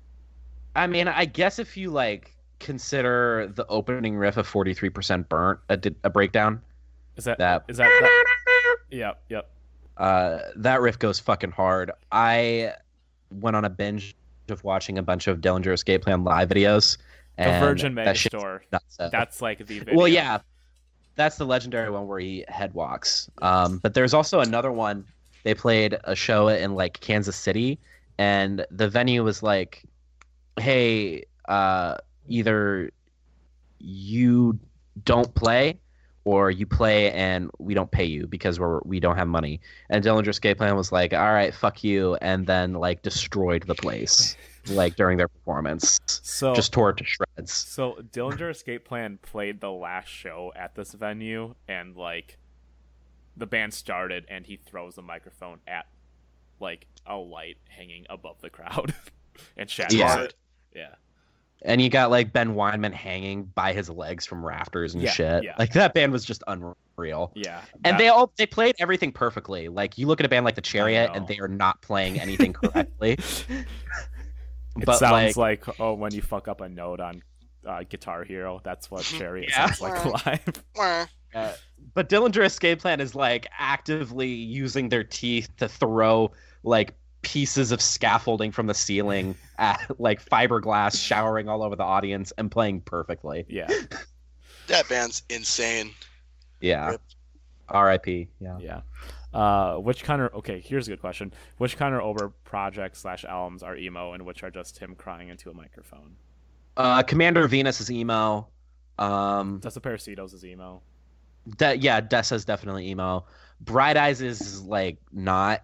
Speaker 3: I mean, I guess if you like consider the opening riff of 43% burnt a, di- a breakdown.
Speaker 2: Is that
Speaker 3: That-
Speaker 2: is that, that Yep, yep.
Speaker 3: uh, that riff goes fucking hard. I went on a binge of watching a bunch of Dillinger Escape Plan live videos.
Speaker 2: The
Speaker 3: And
Speaker 2: Virgin
Speaker 3: that shit's
Speaker 2: Megastore.
Speaker 3: nuts. Uh,
Speaker 2: That's like the video.
Speaker 3: well, yeah, that's the legendary one where he head walks. Um, but there's also another one. They played a show in like Kansas City, and the venue was like, "Hey, uh, either you don't play." Or you play and we don't pay you because we're we don't have money. And Dillinger Escape Plan was like, "All right, fuck you," and then like destroyed the place, like during their performance,
Speaker 2: So
Speaker 3: just tore it to shreds.
Speaker 2: so Dillinger Escape Plan played the last show at this venue, and like the band started, and he throws the microphone at like a light hanging above the crowd and shatters
Speaker 3: Yeah.
Speaker 2: it. Yeah.
Speaker 3: And you got like Ben Weinman hanging by his legs from rafters and
Speaker 2: Yeah,
Speaker 3: shit.
Speaker 2: yeah.
Speaker 3: Like that band was just unreal.
Speaker 2: Yeah.
Speaker 3: And
Speaker 2: That-
Speaker 3: they all they played everything perfectly. Like you look at a band like the Chariot
Speaker 2: know.
Speaker 3: and they are not playing anything correctly.
Speaker 2: It
Speaker 3: but
Speaker 2: sounds
Speaker 3: like,
Speaker 2: like, oh, when you fuck up a note on uh, Guitar Hero, that's what Chariot
Speaker 3: Yeah.
Speaker 2: sounds like live.
Speaker 4: Wah.
Speaker 3: uh, but Dillinger Escape Plan is like actively using their teeth to throw like pieces of scaffolding from the ceiling at like fiberglass showering all over the audience and playing perfectly.
Speaker 2: Yeah.
Speaker 4: That band's insane.
Speaker 3: Yeah.
Speaker 4: Rip.
Speaker 3: R.I.P. Yeah.
Speaker 2: Yeah. Uh, which kind of okay? Here's a good question. Which kind of Ober projects slash albums are emo, and which are just him crying into a microphone?
Speaker 3: Uh, Commander Venus is emo. Um,
Speaker 2: That's the Parasitos is emo.
Speaker 3: De- yeah, Dessa's definitely emo. Bright Eyes is like not,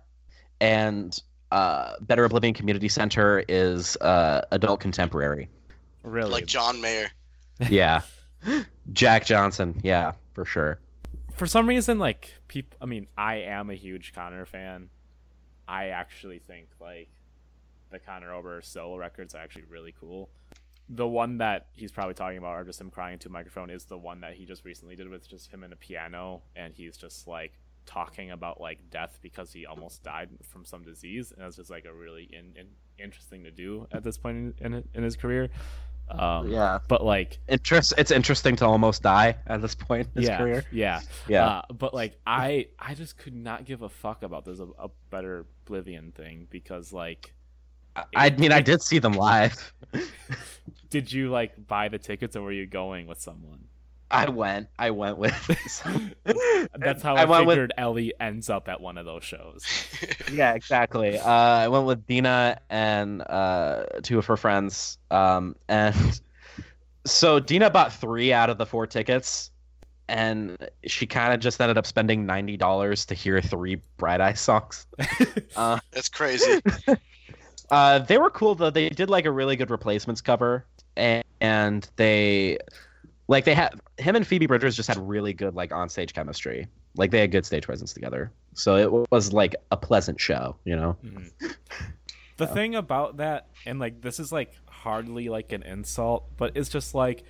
Speaker 3: and uh, Better Oblivion Community Center is uh, adult contemporary.
Speaker 2: Really?
Speaker 4: Like John Mayer.
Speaker 3: Yeah, Jack Johnson. Yeah, for sure.
Speaker 2: For some reason, like people. I mean, I am a huge Connor fan. I actually think like the Connor Ober solo records are actually really cool. The one that he's probably talking about, or just him crying into a microphone, is the one that he just recently did with just him and a piano, and he's just like talking about like death because he almost died from some disease, and that's just like a really in, in, interesting to do at this point in in, in his career. Um,
Speaker 3: Yeah,
Speaker 2: But like,
Speaker 3: interest. It's interesting to almost die at this point in his
Speaker 2: yeah,
Speaker 3: career.
Speaker 2: yeah,
Speaker 3: Yeah,
Speaker 2: Uh, but like I I just could not give a fuck about this a, a better Oblivion thing because like
Speaker 3: I, I mean, I did see them live.
Speaker 2: did you like buy the tickets or were you going with someone?
Speaker 3: I went. I went with.
Speaker 2: That's how
Speaker 3: Uh, I
Speaker 2: I,
Speaker 3: went with-
Speaker 2: figured Ellie ends up at one of those shows.
Speaker 3: yeah, exactly. Uh, I went with Dina and uh, two of her friends, um, and so Dina bought three out of the four tickets, and she kind of just ended up spending ninety dollars to hear three Bright Eye songs. uh,
Speaker 4: That's crazy.
Speaker 3: uh, they were cool though. They did like a really good replacements cover, and, and they like they had him and Phoebe Bridgers just had really good like on stage chemistry. Like they had good stage presence together, so it was like a pleasant show, you know.
Speaker 2: Mhm. The
Speaker 3: Yeah.
Speaker 2: thing about that, and like this is like hardly like an insult, but it's just like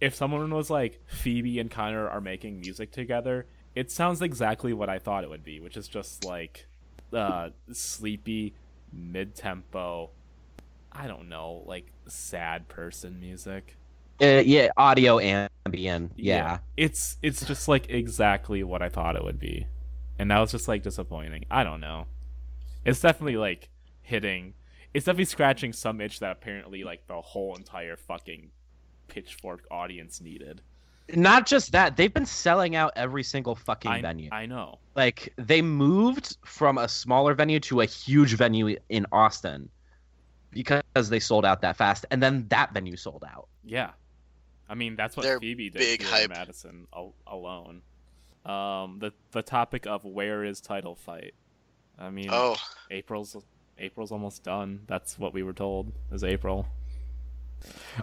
Speaker 2: if someone was like Phoebe and Connor are making music together, it sounds exactly what I thought it would be, which is just like uh sleepy, mid tempo, I don't know, like sad person music.
Speaker 3: Uh, yeah, audio ambient. Yeah.
Speaker 2: It's it's just like exactly what I thought it would be. And that was just like disappointing. I don't know. It's definitely like hitting it's definitely scratching some itch that apparently like the whole entire fucking pitchfork audience needed.
Speaker 3: Not just that, they've been selling out every single fucking
Speaker 2: I,
Speaker 3: venue.
Speaker 2: I know.
Speaker 3: like they moved from a smaller venue to a huge venue in Austin because they sold out that fast and then that venue sold out.
Speaker 2: Yeah. I mean, that's what
Speaker 4: They're
Speaker 2: Phoebe did
Speaker 4: big
Speaker 2: here
Speaker 4: hype.
Speaker 2: in Madison al- alone. Um the the topic of where is title fight. I mean,
Speaker 4: oh,
Speaker 2: April's April's almost done. That's what we were told. Is April.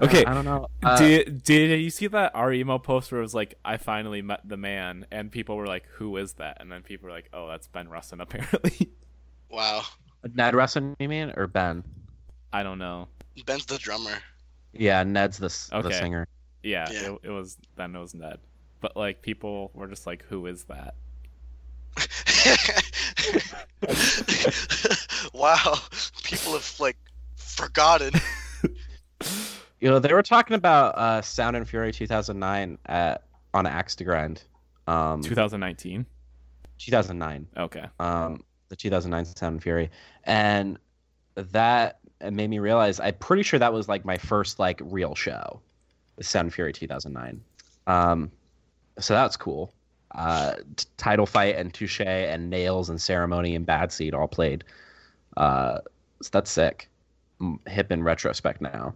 Speaker 2: Okay,
Speaker 3: I don't know. Uh,
Speaker 2: did did you see that our email post where it was like I finally met the man and people were like who is that and then people were like oh that's Ben Russin apparently
Speaker 4: wow.
Speaker 3: Ned Russin, you mean or Ben?
Speaker 2: I don't know
Speaker 4: Ben's the drummer.
Speaker 3: Yeah, Ned's the, s the
Speaker 2: Okay.
Speaker 3: singer.
Speaker 2: yeah,
Speaker 4: Yeah.
Speaker 2: It, it was then it was Ned but like people were just like who is that
Speaker 4: wow. People have like forgotten.
Speaker 3: You know, they were talking about uh, Sound and Fury 2009 at on Axe to Grind.
Speaker 4: Hmm.
Speaker 3: Um,
Speaker 2: 2019
Speaker 3: 2009.
Speaker 2: okay
Speaker 3: um, the 2009 Sound and Fury, and that made me realize I'm pretty sure that was like my first like real show, Sound and Fury 2009. Um, so that's cool. Uh, t- Title Fight and Touche and Nails and Ceremony and Bad Seed all played. Uh, so that's sick. M- Hip in retrospect now,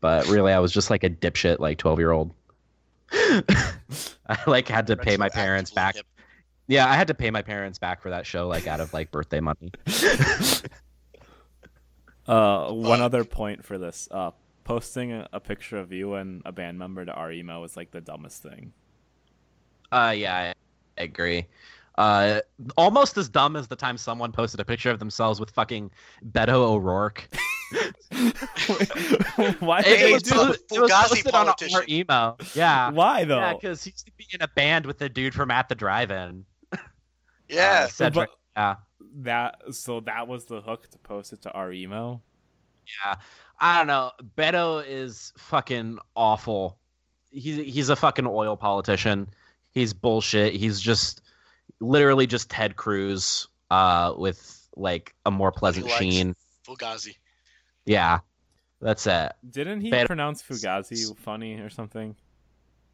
Speaker 3: but really I was just like a dipshit like 12 year old. I like had to pay my parents back yeah, I had to pay my parents back for that show, like out of like birthday money.
Speaker 2: uh one
Speaker 4: Fuck.
Speaker 2: other point for this uh posting a, a picture of you and a band member to our email was like the dumbest thing
Speaker 3: Uh, yeah, I agree. Uh, almost as dumb as the time someone posted a picture of themselves with fucking Beto O'Rourke.
Speaker 2: why
Speaker 4: Hey,
Speaker 2: did
Speaker 4: hey,
Speaker 2: they
Speaker 4: dude.
Speaker 2: do-
Speaker 4: a Fugazi
Speaker 3: on
Speaker 4: politician.
Speaker 3: our email. Yeah,
Speaker 2: why though
Speaker 3: yeah, because he used to be in a band with the dude from At the Drive-In.
Speaker 4: Yeah.
Speaker 3: uh, Cedric.
Speaker 2: But-
Speaker 3: Yeah,
Speaker 2: that so that was the hook to post it to our email
Speaker 3: I don't know. Beto is fucking awful. He's he's a fucking oil politician. He's bullshit. He's just literally just Ted Cruz uh, with like a more pleasant
Speaker 4: likes-
Speaker 3: sheen.
Speaker 4: Fugazi.
Speaker 3: Yeah, that's it.
Speaker 2: Didn't he
Speaker 3: Better-
Speaker 2: pronounce Fugazi funny or something?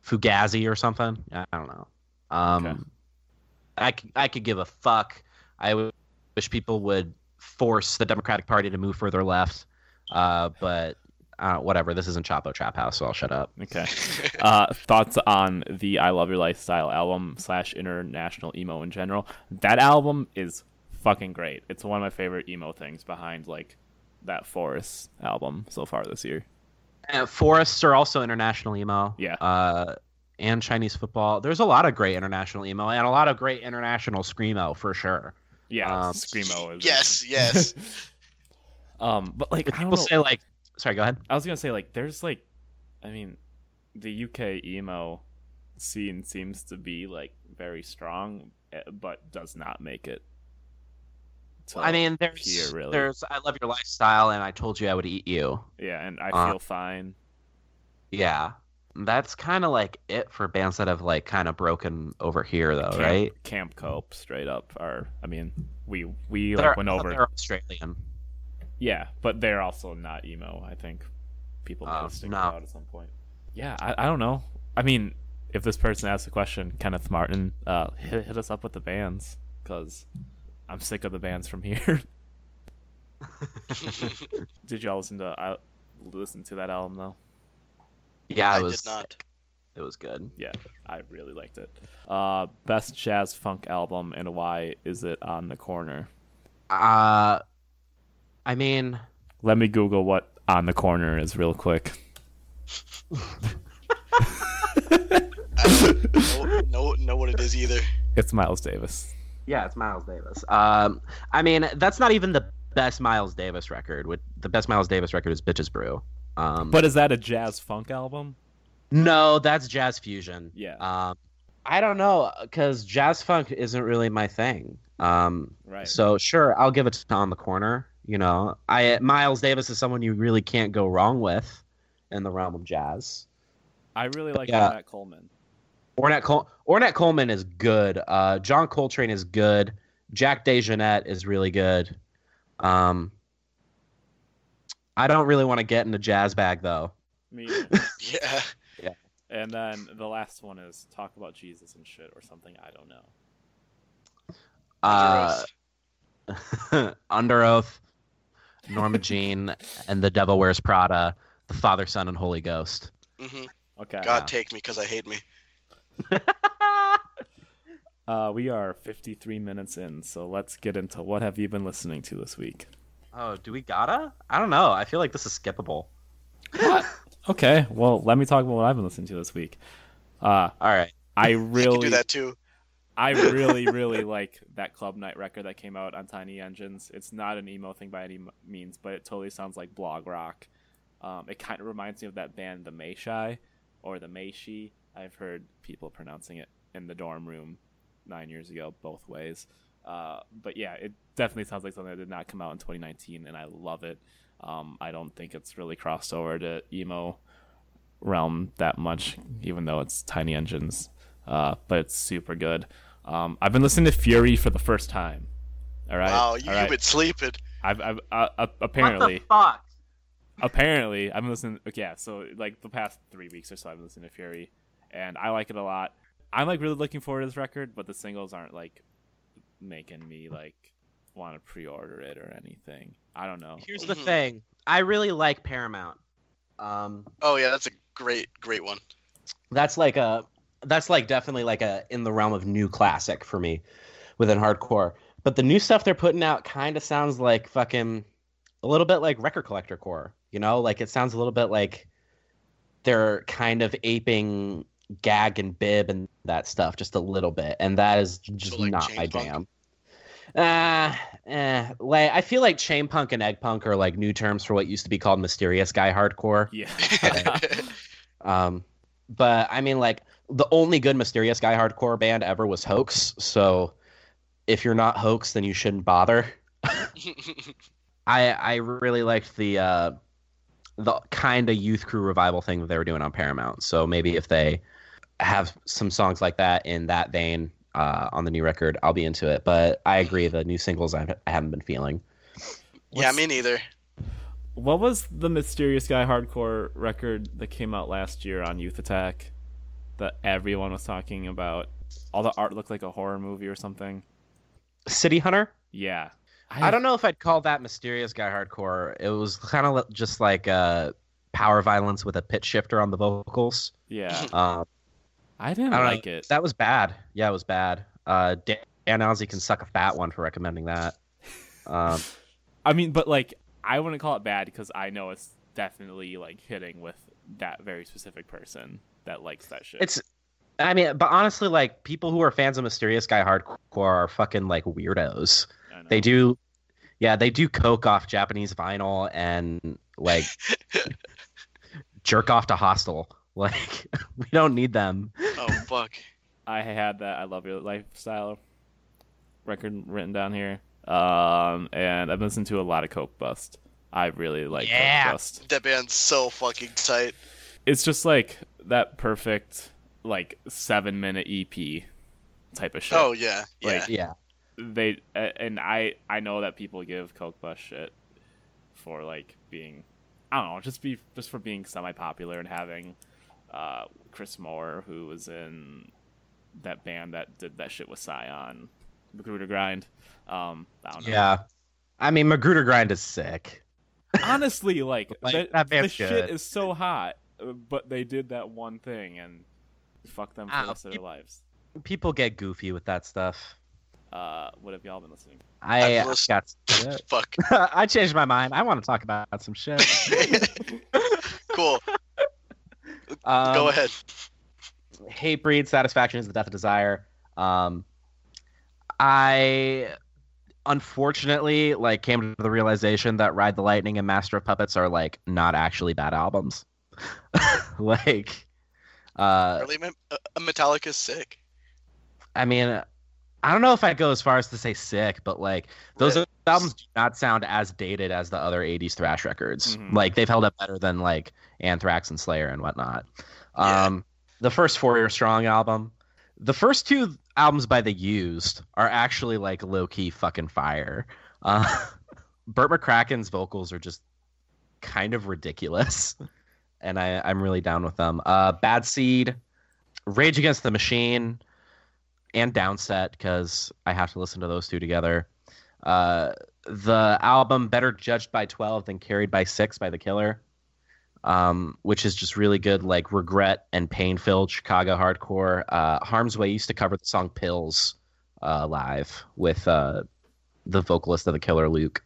Speaker 3: Fugazi or something. I don't know. Um,
Speaker 2: Okay.
Speaker 3: I, c- I could give a fuck. I w- wish people would force the Democratic Party to move further left. Uh, but uh, whatever. This isn't Chapo Trap House, so I'll shut up.
Speaker 2: Okay. Uh, thoughts on the I Love Your Lifestyle album slash international emo in general? That album is fucking great. It's one of my favorite emo things behind like that Forest album so far this year.
Speaker 3: Uh, forests are also international emo.
Speaker 2: Yeah.
Speaker 3: Uh, and Chinese football. There's a lot of great international emo and a lot of great international screamo for sure.
Speaker 2: Yeah,
Speaker 3: Um,
Speaker 2: screamo is
Speaker 4: yes, yes.
Speaker 2: um, but like
Speaker 3: If
Speaker 2: I don't
Speaker 3: people
Speaker 2: know.
Speaker 3: say like, sorry, go ahead.
Speaker 2: I was gonna say like there's like, I mean, the UK emo scene seems to be like very strong, eh, but does not make it. to,
Speaker 3: I mean, there's
Speaker 2: here, really.
Speaker 3: there's I love your lifestyle and I told you I would eat you.
Speaker 2: yeah, and I
Speaker 3: uh,
Speaker 2: feel fine.
Speaker 3: Yeah. That's kind of like it for bands that have like kind of broken over here though,
Speaker 2: Camp,
Speaker 3: right?
Speaker 2: Camp Cope, straight up. Are I mean, we we
Speaker 3: They're-
Speaker 2: like went
Speaker 3: I thought
Speaker 2: over.
Speaker 3: They're Australian.
Speaker 2: Yeah, but they're also not emo. I think people
Speaker 3: Uh,
Speaker 2: gotta stick it
Speaker 3: no.
Speaker 2: out at some point. Yeah, I, I don't know. I mean, if this person asks a question, Kenneth Martin, uh, hit, hit us up with the bands because I'm sick of the bands from here. Did y'all listen to I listen to that album though?
Speaker 3: Yeah,
Speaker 4: I
Speaker 3: it was.
Speaker 4: did not.
Speaker 3: It was good.
Speaker 2: I really liked it. Uh, best jazz funk album and why is it on the corner?
Speaker 3: Uh, I mean,
Speaker 2: Let me Google what on the corner is real quick.
Speaker 4: I don't know, know, know what it is either.
Speaker 2: It's Miles Davis.
Speaker 3: Yeah, it's Miles Davis. Um, I mean, that's not even the best Miles Davis record. With the best Miles Davis record is Bitches Brew. Um,
Speaker 2: But is that a jazz funk album?
Speaker 3: no, that's jazz fusion.
Speaker 2: Yeah.
Speaker 3: Um, I don't know because jazz funk isn't really my thing. Um,
Speaker 2: Right.
Speaker 3: so sure, I'll give it to On the Corner. You know, I Miles Davis is someone you really can't go wrong with in the realm of jazz.
Speaker 2: I really like
Speaker 3: Yeah.
Speaker 2: Matt Coleman.
Speaker 3: Ornette, Col- Ornette Coleman is good. Uh, John Coltrane is good. Jack DeJohnette is really good. Um, I don't really want to get in the jazz bag though.
Speaker 2: Me.
Speaker 4: Yeah.
Speaker 2: and then the last one is talk about Jesus and shit or something. I don't know.
Speaker 3: Uh, Under Oath, Norma Jean, and The Devil Wears Prada, The Father, Son, and Holy Ghost.
Speaker 4: hmm
Speaker 2: Okay.
Speaker 4: God take me because I hate me.
Speaker 2: Uh, we are 53 minutes in, so let's get into what have you been listening to this week.
Speaker 3: Oh, do we gotta? I don't know. I feel like this is skippable.
Speaker 2: Okay. Well, let me talk about what I've been listening to this week. Uh,
Speaker 3: All right.
Speaker 2: I
Speaker 4: You
Speaker 2: really,
Speaker 4: can do that too.
Speaker 2: I really, really like that Club Night record that came out on Tiny Engines. It's not an emo thing by any m- means, but it totally sounds like blog rock. Um, it kind of reminds me of that band, the Mayshi, or the Mayshi. I've heard people pronouncing it in the dorm room nine years ago both ways. Uh, but yeah, it definitely sounds like something that did not come out in 2019, and I love it. Um, I don't think it's really crossed over to emo realm that much, even though it's Tiny Engines. Uh, but it's super good. Um, I've been listening to Fury for the first time. All right.
Speaker 4: wow, you,
Speaker 2: all right.
Speaker 4: you've been sleeping.
Speaker 2: I've, I've uh, uh, apparently
Speaker 3: What
Speaker 2: apparently i've been listening okay, yeah so like the past three weeks or so i've been listening to fury and i like it a lot i'm like really looking forward to this record but the singles aren't like making me like want to pre-order it or anything i don't know
Speaker 3: the fuck? Here's the
Speaker 4: Mhm.
Speaker 3: thing. I really like Paramount. Um,
Speaker 4: Oh yeah, that's a great, great one.
Speaker 3: that's like a that's like definitely like a in the realm of new classic for me within hardcore but the new stuff they're putting out kind of sounds like fucking a little bit like record collector core you know like it sounds a little bit like they're kind of aping gag and bib and that stuff just a little bit and that is just
Speaker 4: like,
Speaker 3: not
Speaker 4: chain
Speaker 3: my
Speaker 4: punk?
Speaker 3: jam uh, eh, like I feel like chain punk and egg punk are like new terms for what used to be called mysterious guy hardcore.
Speaker 2: yeah
Speaker 3: Um, but I mean, like the only good Mysterious Guy hardcore band ever was Hoax. So if you're not Hoax, then you shouldn't bother. I I really liked the uh, the kind of youth crew revival thing that they were doing on Paramount. So maybe if they have some songs like that in that vein, uh, on the new record. I'll be into it, but I agree. The new singles I, I haven't been feeling.
Speaker 4: yeah, me neither.
Speaker 2: What was the Mysterious Guy hardcore record that came out last year on Youth Attack that everyone was talking about? All the art looked like a horror movie or something.
Speaker 3: City Hunter.
Speaker 2: Yeah.
Speaker 3: I don't know if I'd call that mysterious guy hardcore. It was kind of just like uh, power violence with a pitch shifter on the vocals.
Speaker 2: Yeah.
Speaker 3: Um,
Speaker 2: I didn't
Speaker 3: I don't
Speaker 2: like it.
Speaker 3: that was bad. Yeah, it was bad. Uh, Dan Ozzy can suck a fat one for recommending that. Um,
Speaker 2: I mean, but like, I wouldn't call it bad because I know it's definitely like hitting with that very specific person that likes that shit.
Speaker 3: it's, I mean, but honestly, like people who are fans of mysterious guy hardcore are fucking like weirdos.
Speaker 2: I know.
Speaker 3: They do, yeah, they do coke off Japanese vinyl and like jerk off to hostile. Like we don't need them.
Speaker 4: Oh fuck.
Speaker 2: I had that I Love Your Lifestyle record written down here. Um, and I've listened to a lot of Coke Bust. I really like
Speaker 3: Yeah.
Speaker 2: Coke Bust.
Speaker 4: That band's so fucking tight.
Speaker 2: It's just like that perfect, like, seven minute EP type of shit.
Speaker 4: Oh yeah, yeah.
Speaker 2: Like,
Speaker 3: Yeah.
Speaker 2: They a- and I I know that people give Coke Bust shit for like being I don't know just be just for being semi popular and having uh Chris Moore who was in that band that did that shit with Scion Magruder Grind um I don't know
Speaker 3: Yeah. I mean, Magruder Grind is sick.
Speaker 2: honestly like,
Speaker 3: Like,
Speaker 2: the,
Speaker 3: that band
Speaker 2: the shit
Speaker 3: should.
Speaker 2: is so hot uh, but they did that one thing and fuck them for
Speaker 3: Ah,
Speaker 2: the rest of their
Speaker 3: peop-
Speaker 2: lives
Speaker 3: People get goofy with that stuff.
Speaker 2: uh what have y'all been listening
Speaker 3: I
Speaker 4: I've listened-
Speaker 3: got.
Speaker 4: Fuck.
Speaker 3: I changed my mind. I want to talk about some shit.
Speaker 4: cool.
Speaker 3: Um,
Speaker 4: Go ahead.
Speaker 3: Hate breed satisfaction is the death of desire. Um, I unfortunately like came to the realization that Ride the Lightning and Master of Puppets are like not actually bad albums. like, uh,
Speaker 4: Early Me- uh, Metallica's sick.
Speaker 3: I mean, I don't know if I'd go as far as to say sick, but like those
Speaker 4: Rips.
Speaker 3: albums do not sound as dated as the other 80s thrash records.
Speaker 2: Mhm.
Speaker 3: Like they've held up better than like Anthrax and Slayer and whatnot.
Speaker 4: Yeah.
Speaker 3: Um, the first Four Year Strong album, the first two albums by The Used are actually like low key fucking fire. Uh, Burt McCracken's vocals are just kind of ridiculous, and I, I'm really down with them. Uh, Bad Seed, Rage Against the Machine, and Downset because I have to listen to those two together. Uh, the album Better Judged by 12 than Carried by 6 by The Killer, um, which is just really good, like regret and pain filled Chicago hardcore. Uh, Harm's Way used to cover the song Pills uh, live with uh, the vocalist of The Killer, Luke.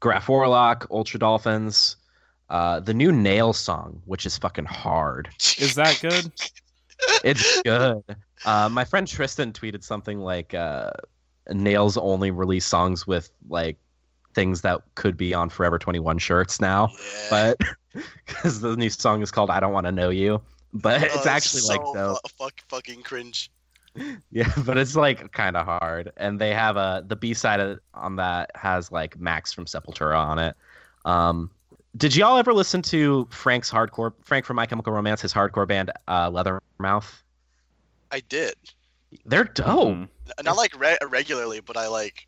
Speaker 3: Graph Warlock, Ultra Dolphins, uh, the new Nail song, which is fucking hard
Speaker 2: is that good
Speaker 3: it's good. Uh, my friend Tristan tweeted something like, uh, "Nails only release songs with like things that could be on Forever 21 shirts now,"
Speaker 4: Yeah.
Speaker 3: but because the new song is called "I Don't Want to Know You," but
Speaker 4: Oh,
Speaker 3: it's actually
Speaker 4: so
Speaker 3: like though,
Speaker 4: fu- fuck, fucking cringe.
Speaker 3: yeah, but it's like kind of hard. And they have a the B side of- on that has like Max from Sepultura on it. Um, did y'all ever listen to Frank's hardcore Frank from My Chemical Romance, his hardcore band uh, Leathermouth?
Speaker 4: I did.
Speaker 3: They're dope.
Speaker 2: Mhm.
Speaker 4: N- Not like re- regularly, but I like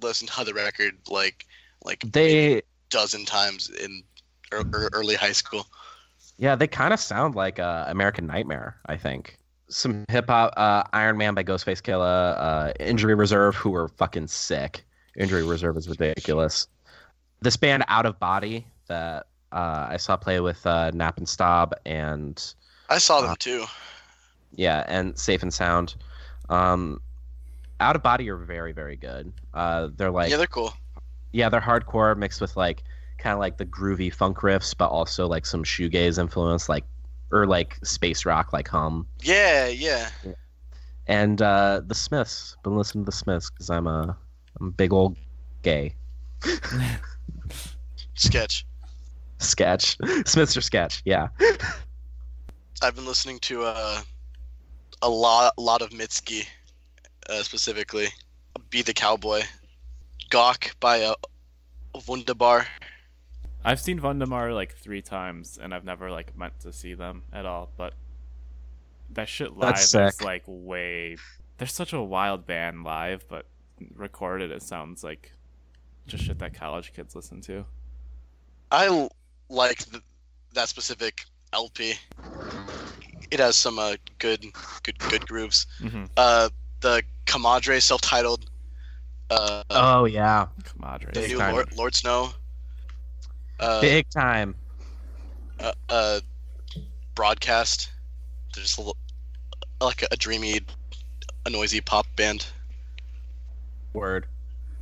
Speaker 4: listened to the record like like
Speaker 3: They
Speaker 4: dozen times in er- er- early high school.
Speaker 3: Yeah, they kind of sound like uh, American Nightmare, I think. Some hip hop, uh, Iron Man by Ghostface Killah, uh, Injury Reserve, who were fucking sick. Injury Reserve is ridiculous. This band, Out of Body, that uh, I saw play with uh, Nap and Stob and
Speaker 4: I saw
Speaker 3: Uh,
Speaker 4: them too.
Speaker 3: yeah, and Safe and Sound. Um, Out of Body are very, very good. Uh, they're like
Speaker 4: yeah, they're cool.
Speaker 3: yeah, they're hardcore mixed with like kind of like the groovy funk riffs, but also like some shoegaze influence, like or like space rock, like hum.
Speaker 4: Yeah, yeah.
Speaker 3: And uh, the Smiths. Been listening to the Smiths because I'm a I'm a big old gay
Speaker 4: Sketch.
Speaker 3: sketch. Smiths are sketch. Yeah,
Speaker 4: I've been listening to uh, a lot, lot of Mitski, uh, specifically "Be the Cowboy," "Gawk" by uh, Wunderbar.
Speaker 2: I've seen Vondemar like three times, and I've never like meant to see them at all. But that shit live
Speaker 3: That's
Speaker 2: is
Speaker 3: sick.
Speaker 2: like way They're such a wild band live, but recorded it sounds like just shit that college kids listen to.
Speaker 4: I l- like th- that specific LP. It has some uh, good, good, good grooves.
Speaker 2: Mm-hmm.
Speaker 4: Uh, the Camadre self-titled, uh,
Speaker 3: Oh yeah,
Speaker 4: the
Speaker 2: Comadres.
Speaker 3: Big
Speaker 4: new
Speaker 3: time.
Speaker 4: Lord, Lord Snow. Uh,
Speaker 3: big time.
Speaker 4: uh, uh, broadcast. They're just a little, like a, dreamy, a noisy pop band.
Speaker 3: Word.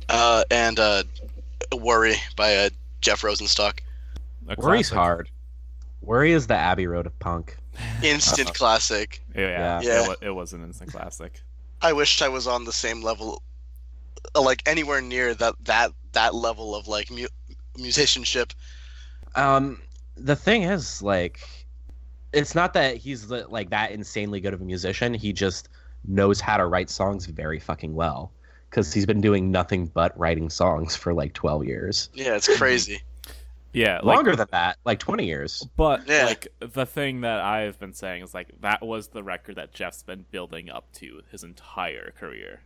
Speaker 4: Uh, and uh, Worry by uh, Jeff Rosenstock.
Speaker 2: A
Speaker 3: Worry's
Speaker 2: classic.
Speaker 3: hard. Worry is the Abbey Road of punk.
Speaker 4: Instant
Speaker 3: Uh-oh.
Speaker 4: classic.
Speaker 2: Yeah,
Speaker 3: Yeah.
Speaker 2: It,
Speaker 4: Yeah.
Speaker 2: wa- it was an instant classic.
Speaker 4: I wished I was on the same level, uh, like anywhere near that that that level of like mu- musicianship.
Speaker 3: Um, the thing is, like, it's not that he's like that insanely good of a musician. He just knows how to write songs very fucking well because he's been doing nothing but writing songs for like 12 years.
Speaker 4: Yeah, it's crazy.
Speaker 2: Yeah, like,
Speaker 3: Longer than that, like 20 years.
Speaker 2: But
Speaker 4: Yeah.
Speaker 2: like the thing that I've been saying is like that was the record that Jeff's been building up to his entire career.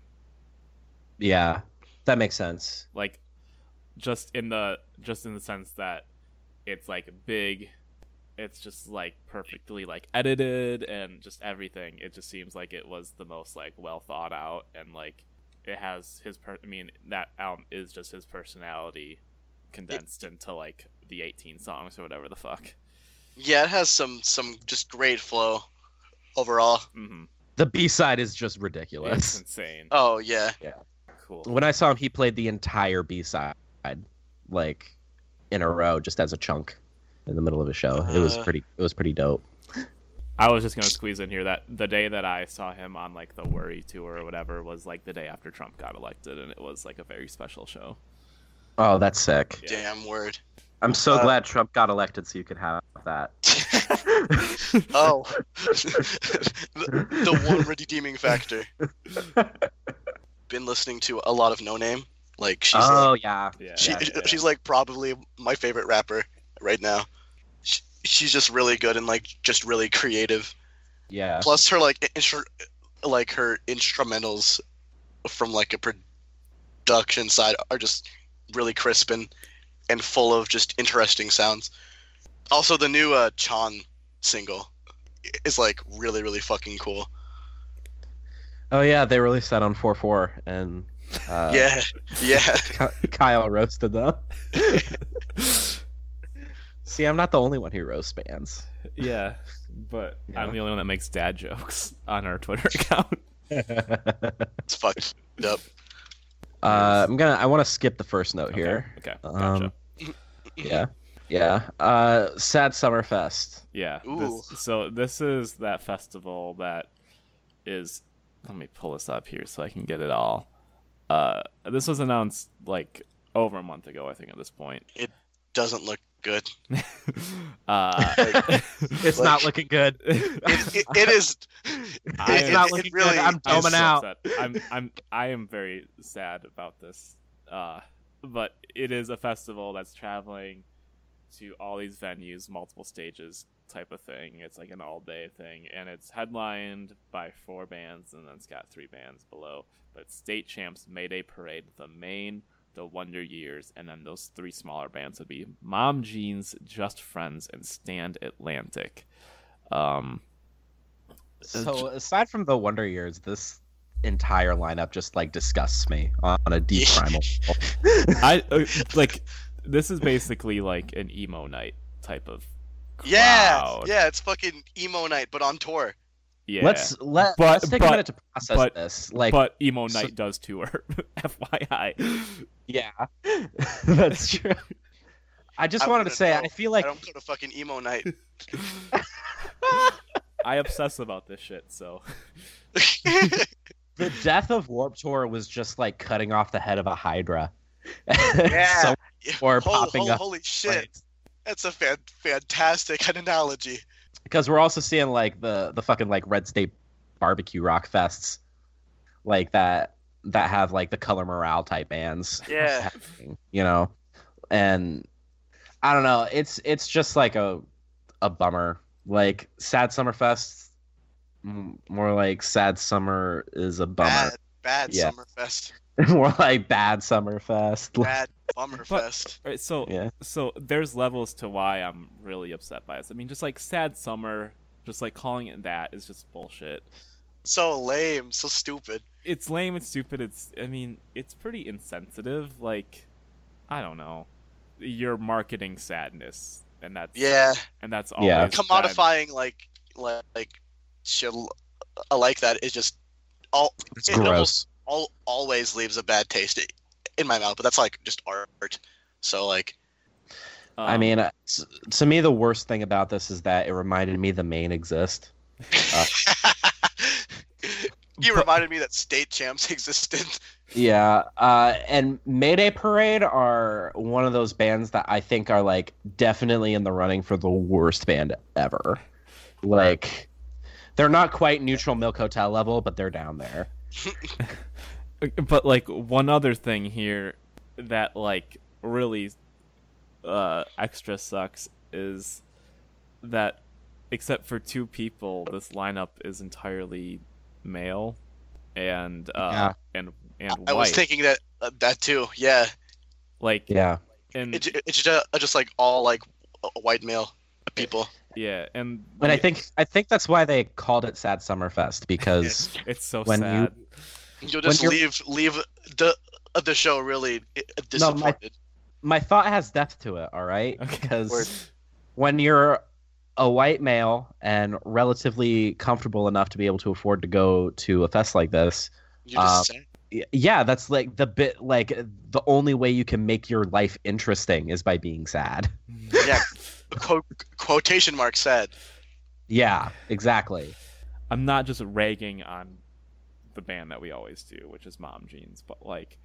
Speaker 3: Yeah, that makes sense.
Speaker 2: Like just in the just in the sense that it's like big it's just like perfectly like edited and just everything. It just seems like it was the most like well thought out and like it has his per- I mean that album is just his personality condensed into like the 18 songs or whatever the fuck.
Speaker 4: Yeah, it has some some just great flow overall.
Speaker 2: Mhm.
Speaker 3: The B side is just
Speaker 2: It's
Speaker 3: ridiculous.
Speaker 2: insane.
Speaker 4: Oh yeah,
Speaker 2: Cool.
Speaker 3: When I saw him, he played the entire B side, like, in a row, just as a chunk in the middle of a show. it was
Speaker 4: Uh.
Speaker 3: pretty. It was pretty dope.
Speaker 2: I was just gonna squeeze in here that the day that I saw him on like the worry tour or whatever was like the day after Trump got elected, and it was like a very special show.
Speaker 3: Oh, that's sick.
Speaker 2: Yeah.
Speaker 4: damn word.
Speaker 3: I'm so
Speaker 4: Uh,
Speaker 3: glad Trump got elected so you could have that.
Speaker 4: Oh, the, the one redeeming factor. Been listening to a lot of No Name. Like she's like-
Speaker 3: oh yeah.
Speaker 2: Yeah,
Speaker 4: she, uh,
Speaker 2: yeah, yeah.
Speaker 4: she's like probably my favorite rapper right now. She, she's just really good and like just really creative.
Speaker 3: Yeah.
Speaker 4: Plus her like instru- like her instrumentals from like a production side are just really crisp and and full of just interesting sounds. Also the new uh Chan single is like really really fucking cool.
Speaker 3: Oh yeah, they released that on 4-4 and uh,
Speaker 4: yeah. Yeah.
Speaker 3: Ky- Kyle roasted them. See, I'm not the only one who roasts bands.
Speaker 2: yeah, but I'm
Speaker 3: Yeah.
Speaker 2: the only one that makes dad jokes on our Twitter account.
Speaker 4: It's fucked up.
Speaker 3: Uh, I'm gonna. I want to skip the first note here.
Speaker 2: Okay, okay,
Speaker 3: Um,
Speaker 2: gotcha.
Speaker 3: Yeah. Yeah. Uh, Sad Summerfest.
Speaker 2: Yeah.
Speaker 4: Ooh.
Speaker 2: This, so this is that festival that is. Let me pull this up here so I can get it all. Uh, this was announced like over a month ago, I think, at this point.
Speaker 4: Doesn't look good.
Speaker 2: uh,
Speaker 3: It's
Speaker 4: Like-
Speaker 3: not looking good.
Speaker 4: It, it, it is
Speaker 2: I
Speaker 4: It's
Speaker 2: am-
Speaker 4: not looking really-
Speaker 3: I'm
Speaker 2: I'm
Speaker 3: doming
Speaker 2: so
Speaker 3: out.
Speaker 2: upset. I'm I'm I am very sad about this. Uh, but it is a festival that's traveling to all these venues, multiple stages type of thing. It's like an all day thing, and it's headlined by four bands, and then it's got three bands below. But state champs, Mayday Parade, the main. The Wonder Years, and then those three smaller bands would be Mom Jeans, Just Friends, and Stand Atlantic. Um,
Speaker 3: So aside from the Wonder Years, this entire lineup just like disgusts me on a deep primal. level.
Speaker 2: I uh, like this is basically like an emo night type of crowd.
Speaker 4: Yeah, yeah, it's fucking emo night, but on tour.
Speaker 2: yeah.
Speaker 3: Let's let
Speaker 2: But-
Speaker 3: let's take
Speaker 2: uh, but-
Speaker 3: a minute to process
Speaker 2: but-
Speaker 3: this. Like
Speaker 2: but emo
Speaker 3: so-
Speaker 2: night does tour, FYI.
Speaker 3: yeah, that's true. I just
Speaker 4: I
Speaker 3: wanted to
Speaker 4: wouldn't
Speaker 3: say
Speaker 4: know.
Speaker 3: I feel
Speaker 4: I
Speaker 3: like
Speaker 4: don't go to fucking emo night.
Speaker 2: I obsess about this shit, so
Speaker 3: the death of Warp Tour was just like cutting off the head of a Hydra.
Speaker 4: Yeah.
Speaker 3: So- Or
Speaker 4: Hol-
Speaker 3: popping
Speaker 4: hol-
Speaker 3: up
Speaker 4: Holy shit, that's a fan- fantastic analogy.
Speaker 3: because we're also seeing like the the fucking like red state barbecue rock fests like that that have like the color morale type bands
Speaker 4: Yeah.
Speaker 3: happening, you know and i don't know it's it's just like a a bummer like sad summerfest m- more like sad summer is a bummer.
Speaker 4: Bad, bad
Speaker 3: Yeah.
Speaker 4: summer fest.
Speaker 3: more like bad summer fest.
Speaker 4: Bad bummer fest.
Speaker 2: All right, so
Speaker 3: Yeah.
Speaker 2: so there's levels to why I'm really upset by this. I mean, just like sad summer, just like calling it that is just bullshit.
Speaker 4: So lame. So stupid.
Speaker 2: It's lame. It's stupid. It's I mean, it's pretty insensitive. Like, I don't know. You're marketing sadness, and that's
Speaker 4: Yeah.
Speaker 2: and that's all.
Speaker 3: Yeah.
Speaker 4: Commodifying like like like shit I like that is just all
Speaker 3: It's
Speaker 4: it
Speaker 3: gross.
Speaker 4: almost- all always leaves a bad taste i- in my mouth. But that's like just art. So like
Speaker 2: Um,
Speaker 3: I mean, uh, s- to me, the worst thing about this is that it reminded me the main exist.
Speaker 4: you
Speaker 3: But-
Speaker 4: reminded me that state champs existed.
Speaker 3: Yeah, uh, and Mayday Parade are one of those bands that I think are like definitely in the running for the worst band ever. Like, they're not quite neutral Milk Hotel level, but they're down there.
Speaker 2: but like one other thing here that like really uh extra sucks is that except for two people this lineup is entirely male and uh and and white
Speaker 4: I was thinking that uh, that too. Yeah,
Speaker 2: like
Speaker 3: Yeah, Hmm.
Speaker 2: and
Speaker 4: it, ju- it's just, uh, just like all like w- white male people.
Speaker 2: yeah and
Speaker 3: but I think I think that's why they called it Sad Summer Fest because
Speaker 2: it's so
Speaker 3: when you-
Speaker 2: sad
Speaker 4: You'll
Speaker 3: When
Speaker 4: just
Speaker 3: you're-
Speaker 4: leave leave the uh, the show really i- disappointed.
Speaker 3: my thought has depth to it. All right,
Speaker 2: Okay.
Speaker 4: Word.
Speaker 3: because when you're a white male and relatively comfortable enough to be able to afford to go to a fest like this,
Speaker 4: You're
Speaker 3: Uh,
Speaker 4: just sad.
Speaker 3: y- yeah, that's like the bit like the only way you can make your life interesting is by being sad.
Speaker 4: yeah, quote, quotation mark sad.
Speaker 3: Yeah, exactly.
Speaker 2: I'm not just ragging on the band that we always do, which is Mom Jeans, but like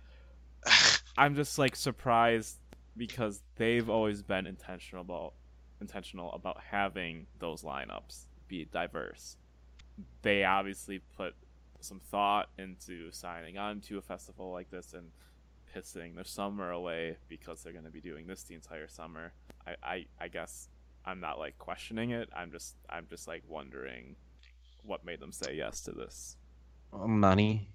Speaker 2: I'm just like surprised because they've always been intentional about intentional about having those lineups be diverse. They obviously put some thought into signing on to a festival like this and pissing their summer away because they're going to be doing this the entire summer. I, I I guess I'm not like questioning it. I'm just I'm just like wondering what made them say yes to this.
Speaker 3: Money,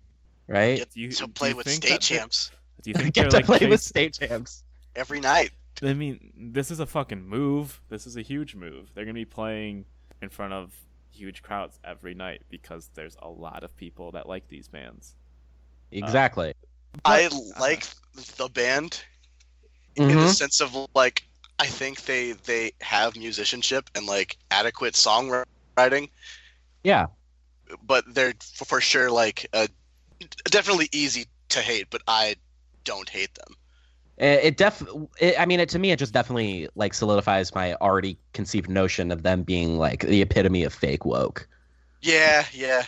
Speaker 3: right?
Speaker 4: Get
Speaker 2: Do you,
Speaker 4: to
Speaker 2: do
Speaker 4: play
Speaker 2: you
Speaker 4: with
Speaker 2: think
Speaker 4: state
Speaker 2: that they-
Speaker 4: champs
Speaker 2: Do you think
Speaker 3: Get
Speaker 2: they're
Speaker 3: to
Speaker 2: like
Speaker 3: play with
Speaker 2: chasing-
Speaker 3: state champs.
Speaker 4: every night.
Speaker 2: I mean, this is a fucking move. This is a huge move. They're gonna be playing in front of huge crowds every night because there's a lot of people that like these bands.
Speaker 3: Exactly.
Speaker 4: I like the band in the sense of like I think they they have musicianship and like adequate songwriting,
Speaker 3: Yeah.
Speaker 4: but they're f- for sure like uh, definitely easy to hate. But I don't hate them.
Speaker 3: It, it def. It, I mean, it to me, it just definitely like solidifies my already conceived notion of them being like the epitome of fake woke.
Speaker 4: Yeah, yeah.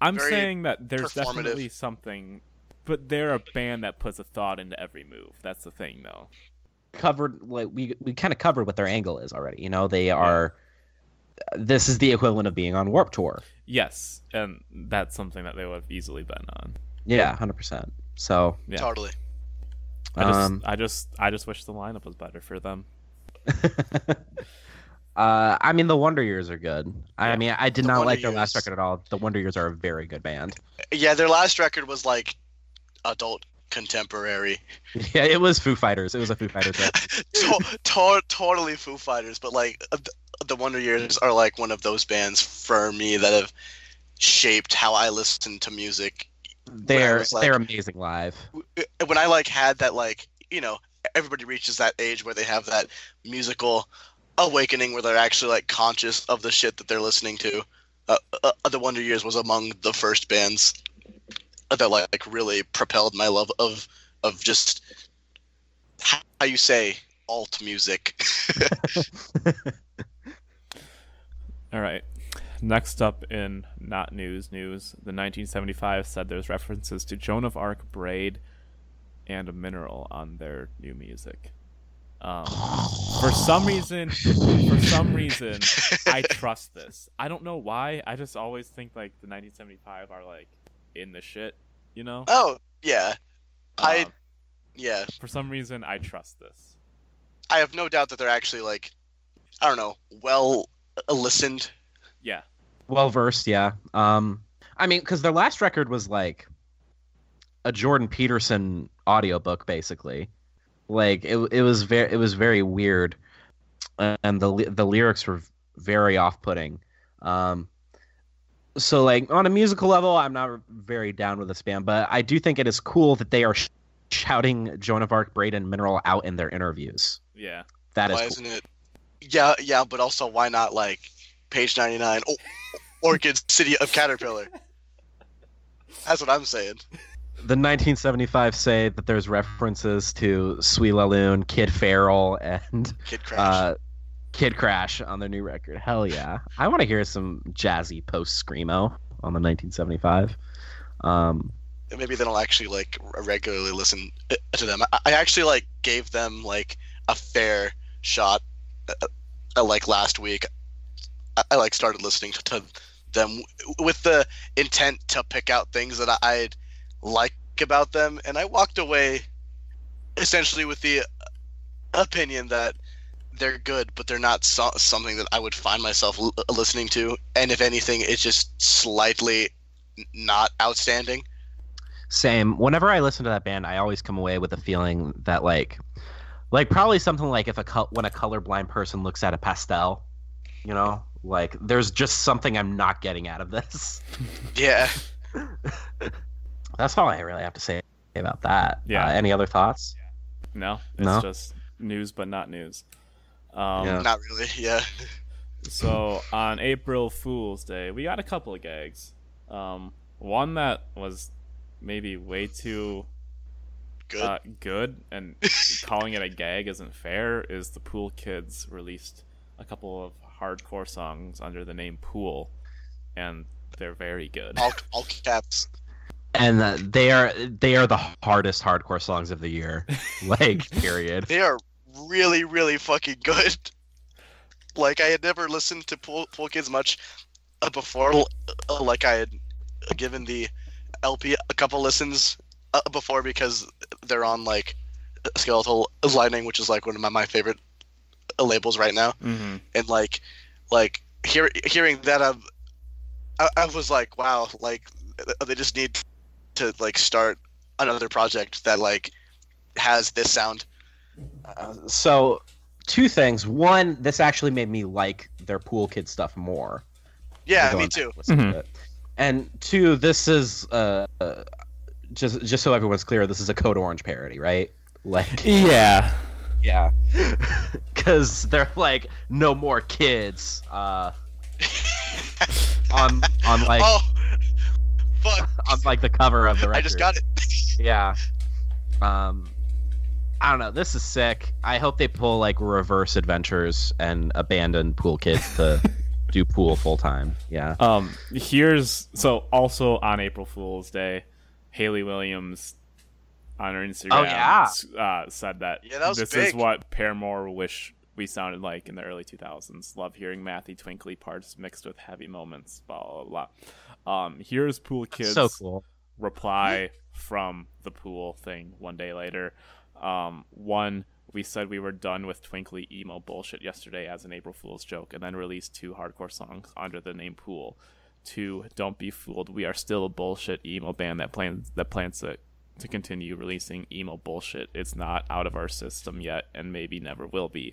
Speaker 2: I'm
Speaker 4: Very
Speaker 2: saying that there's
Speaker 4: performative.
Speaker 2: definitely something, but they're a band that puts a thought into every move. That's the thing, though.
Speaker 3: Covered like we we kind of covered what their angle is already. You know, they are. This is the equivalent of being on Warp Tour.
Speaker 2: Yes, and that's something that they would have easily been on.
Speaker 3: Yeah, hundred percent. So,
Speaker 2: Yeah.
Speaker 4: totally.
Speaker 2: I just,
Speaker 3: um,
Speaker 2: I just, I just wish the lineup was better for them.
Speaker 3: uh, I mean, the Wonder Years are good. I mean, I did
Speaker 4: The
Speaker 3: not
Speaker 4: Wonder
Speaker 3: like their last
Speaker 4: Years.
Speaker 3: record at all. The Wonder Years are a very good band.
Speaker 4: Yeah, their last record was like adult contemporary,
Speaker 3: yeah, it was Foo Fighters. It was a Foo Fighters record.
Speaker 4: to- to- totally Foo Fighters. But like uh, the Wonder Years are like one of those bands for me that have shaped how I listen to music.
Speaker 3: They're
Speaker 4: was like-
Speaker 3: they're amazing live.
Speaker 4: When I like had that like you know everybody reaches that age where they have that musical awakening where they're actually like conscious of the shit that they're listening to. Uh, uh, the Wonder Years was among the first bands that like, like really propelled my love of of just how you say alt music.
Speaker 2: All right. Next up in not news news, the 1975 said there's references to Joan of Arc braid and a mineral on their new music. Um, for some reason, for some reason, I trust this. I don't know why. I just always think like the 1975 are like in the shit, you know.
Speaker 4: Oh yeah, I
Speaker 2: Um,
Speaker 4: yeah.
Speaker 2: for some reason I trust this.
Speaker 4: I have no doubt that they're actually like I don't know, well uh, listened
Speaker 2: Yeah,
Speaker 3: Well versed, yeah. Um, I mean, because their last record was like a Jordan Peterson audiobook, basically. Like it, it was very, it was very weird, and the ly- the lyrics were very off-putting. Um, so like on a musical level, I'm not very down with this band, but I do think it is cool that they are sh- shouting Joan of Arc, Braden, Mineral out in their interviews.
Speaker 2: Yeah.
Speaker 3: That is
Speaker 4: why
Speaker 3: cool.
Speaker 4: isn't it? Yeah, yeah, but also why not like page ninety nine, oh, Orchid City of Caterpillar. That's what I'm saying.
Speaker 3: the 1975 say that there's references to Sweet Laloon, Kid Farrell, and
Speaker 4: Kid Crash.
Speaker 3: uh, Kid Crash on their new record. Hell yeah! I want to hear some jazzy post screamo on the 1975. Um,
Speaker 4: And maybe they don't actually like r- regularly listen uh, to them. I, I actually like gave them like a fair shot, uh, uh, like last week. I, I like started listening to, to them w- with the intent to pick out things that I, I'd like about them, and I walked away essentially with the uh, opinion that they're good, but they're not so- something that I would find myself l- uh, listening to. And if anything, it's just slightly n- not outstanding.
Speaker 3: same. Whenever I listen to that band, I always come away with a feeling that like, like probably something like if a col- when a colorblind person looks at a pastel, you know, like there's just something I'm not getting out of this.
Speaker 4: Yeah.
Speaker 3: That's all I really have to say about that.
Speaker 2: Yeah.
Speaker 3: Uh, any other thoughts?
Speaker 2: No, it's
Speaker 3: No?
Speaker 2: just news, but not news. Um,
Speaker 3: Yeah.
Speaker 4: Not really. Yeah.
Speaker 2: So on April Fool's Day, we got a couple of gags. Um, one that was maybe way too
Speaker 4: Good.
Speaker 2: uh, good, and calling it a gag isn't fair. Is the Pool Kids released a couple of hardcore songs under the name Pool, and they're very good.
Speaker 4: all, all caps.
Speaker 3: and uh, they are they are the hardest hardcore songs of the year like period
Speaker 4: They are really, really fucking good. Like I had never listened to Pool, pool Kids much uh, before. l- uh, Like I had given the LP a couple listens uh, before because they're on like Skeletal Lightning, which is like one of my, my favorite uh, labels right now.
Speaker 2: Mm-hmm.
Speaker 4: and like like hear, hearing that I'm, I, I was like wow like th- they just need to like start another project that like has this sound
Speaker 3: so two things one this actually made me like their pool kid stuff more
Speaker 4: yeah
Speaker 3: Go
Speaker 4: me
Speaker 3: on.
Speaker 4: too
Speaker 3: Listen to
Speaker 2: Mhm.
Speaker 3: it. and two this is uh uh, just just so everyone's clear this is a code orange parody right like
Speaker 2: Yeah.
Speaker 3: yeah because they're like no more kids uh on on like
Speaker 4: oh fuck
Speaker 3: on like the cover of the record
Speaker 4: i just got it
Speaker 3: Yeah. Um, I don't know. This is sick. I hope they pull like reverse adventures and abandon pool kids to do pool full time. Yeah.
Speaker 2: Um, here's so also on April Fool's Day, Haley Williams on her Instagram
Speaker 3: Oh, yeah.
Speaker 2: s- uh, said that,
Speaker 4: Yeah, that was
Speaker 2: this is
Speaker 4: big.
Speaker 2: what Paramore wish we sounded like in the early 2000s. Love hearing mathy, twinkly parts mixed with heavy moments. Blah blah blah. Um, here's Pool Kids
Speaker 3: So cool.
Speaker 2: reply from the pool thing one day later. Um, one, we said we were done with twinkly emo bullshit yesterday as an April Fool's joke, and then released two hardcore songs under the name Pool. Two, don't be fooled, we are still a bullshit emo band that plans that plans to to continue releasing emo bullshit. It's not out of our system yet, and maybe never will be.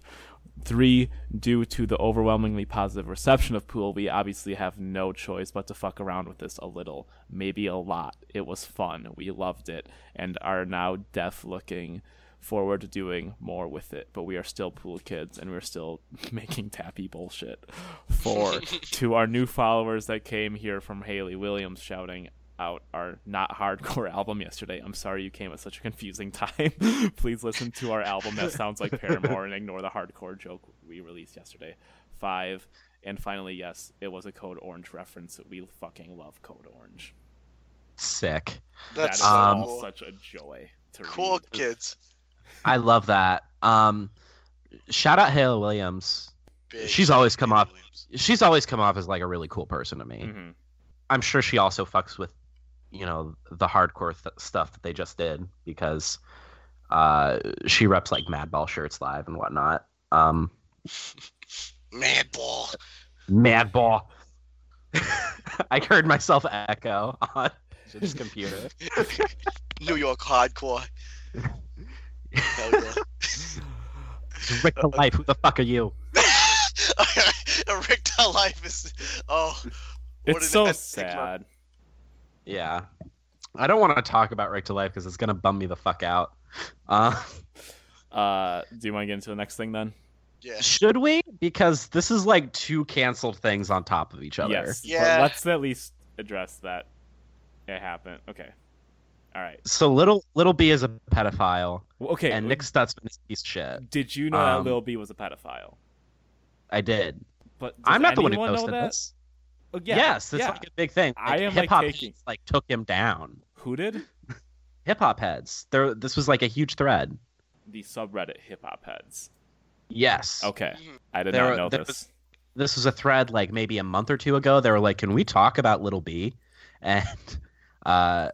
Speaker 2: Three, due to the overwhelmingly positive reception of Pool, we obviously have no choice but to fuck around with this a little, maybe a lot. It was fun, we loved it, and are now deaf looking forward to doing more with it. But we are still Pool kids, and we're still making tappy bullshit. Four, to our new followers that came here from Haley Williams shouting, out our not hardcore album yesterday. I'm sorry you came at such a confusing time. Please listen to our album that sounds like Paramore and ignore the hardcore joke we released yesterday. Five. And finally, yes, it was a Code Orange reference. We fucking love Code Orange.
Speaker 3: Sick.
Speaker 4: that's
Speaker 2: that is
Speaker 3: Um,
Speaker 4: so
Speaker 2: all
Speaker 4: cool.
Speaker 2: such a joy to
Speaker 4: cool
Speaker 2: read.
Speaker 4: kids
Speaker 3: I love that. Um, shout out Hale Williams.
Speaker 4: Big
Speaker 3: She's always come up-
Speaker 4: Williams.
Speaker 3: She's always come off as like a really cool person to me.
Speaker 2: Mhm.
Speaker 3: I'm sure she also fucks with, you know, the hardcore th- stuff that they just did because uh, she reps like Madball shirts live and whatnot. Um,
Speaker 4: man ball
Speaker 3: Madball. I heard myself echo on this computer.
Speaker 4: New York hardcore. Hell yeah.
Speaker 3: Rick to life. Who the fuck are you?
Speaker 4: a rigged life is oh what
Speaker 2: it's
Speaker 4: an
Speaker 2: so
Speaker 4: epic
Speaker 2: sad.
Speaker 4: moment.
Speaker 3: Yeah. I don't want to talk about Right to Life because it's gonna bum me the fuck out. Uh,
Speaker 2: Uh, do you want to get into the next thing then?
Speaker 4: yeah
Speaker 3: should we? Because this is like two canceled things on top of each other.
Speaker 2: Yes. but
Speaker 4: Yeah.
Speaker 2: let's at least address that it happened. Okay. All right.
Speaker 3: So little little B is a pedophile,
Speaker 2: Well, Okay.
Speaker 3: and Nick Stutzman is a piece of shit.
Speaker 2: did you know
Speaker 3: um,
Speaker 2: that Lil B was a pedophile?
Speaker 3: I did.
Speaker 2: But does
Speaker 3: I'm not the one who
Speaker 2: anyone know
Speaker 3: posted
Speaker 2: that?
Speaker 3: this.
Speaker 2: Oh, yeah,
Speaker 3: yes, it's
Speaker 2: yeah.
Speaker 3: like a big thing.
Speaker 2: I am, like,
Speaker 3: hip hop
Speaker 2: taking-
Speaker 3: heads, like took him down.
Speaker 2: Who did
Speaker 3: Hip hop heads. There, this was like a huge thread.
Speaker 2: the subreddit hip hop heads?
Speaker 3: Yes.
Speaker 2: Okay,
Speaker 4: Mhm.
Speaker 2: I did
Speaker 3: There
Speaker 2: not
Speaker 3: are-
Speaker 2: know
Speaker 3: there
Speaker 2: this.
Speaker 3: was- this was a thread like maybe a month or two ago. They were like, "Can we talk about Little B?" And uh,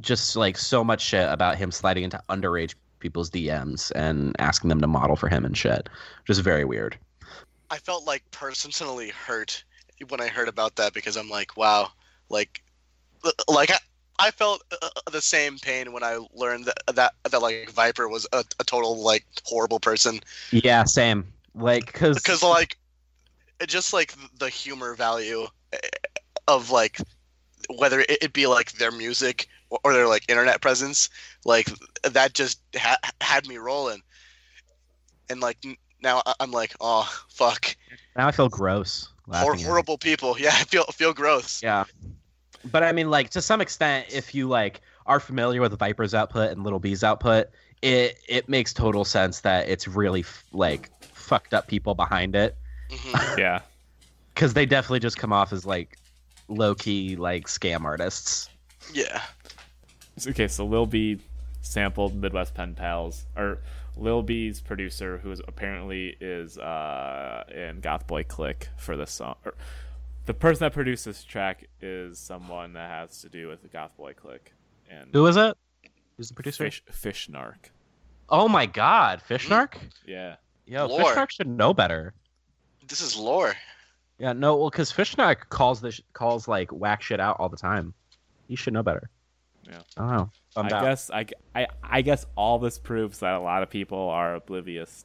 Speaker 3: just like so much shit about him sliding into underage people's DMs and asking them to model for him and shit. Just very weird.
Speaker 4: I felt like personally hurt when I heard about that because I'm like, wow, like, like I, I felt uh, the same pain when I learned that that, that like Viper was a, a total like horrible person
Speaker 3: Yeah, same. Like, cause,
Speaker 4: because like, it just like the humor value eh, of like whether it, it be like their music or, or their like internet presence, like that just ha- had me rolling, and like n- now I- I'm like, oh fuck.
Speaker 3: now I feel gross. laughing
Speaker 4: Hor-
Speaker 3: at it.
Speaker 4: horrible people. Yeah, I feel feel gross.
Speaker 3: Yeah. But I mean, like to some extent, if you like are familiar with Viper's output and Little B's output, it it makes total sense that it's really f- like fucked up people behind it
Speaker 4: Mhm.
Speaker 2: yeah,
Speaker 3: because they definitely just come off as like low key like scam artists.
Speaker 4: Yeah.
Speaker 2: It's- okay. So Lil B sampled Midwest Pen Pals, or Lil B's producer, who is apparently is uh, in Goth Boy Click for this song. Or, the person that produced this track is someone that has to do with the Goth Boy Click and
Speaker 3: Who is it? Who's the producer?
Speaker 2: Fish Fishnark.
Speaker 3: Oh my God, Fishnark!
Speaker 2: Mm. Yeah.
Speaker 3: Yo,
Speaker 4: Lore.
Speaker 3: Fishnark should know better.
Speaker 4: This is lore.
Speaker 3: Yeah, no, well, because Fishnark calls this calls like whack shit out all the time. He should know better.
Speaker 2: Yeah.
Speaker 3: I don't know.
Speaker 2: i
Speaker 3: Bummed out.
Speaker 2: guess I, I, I guess all this proves that a lot of people are oblivious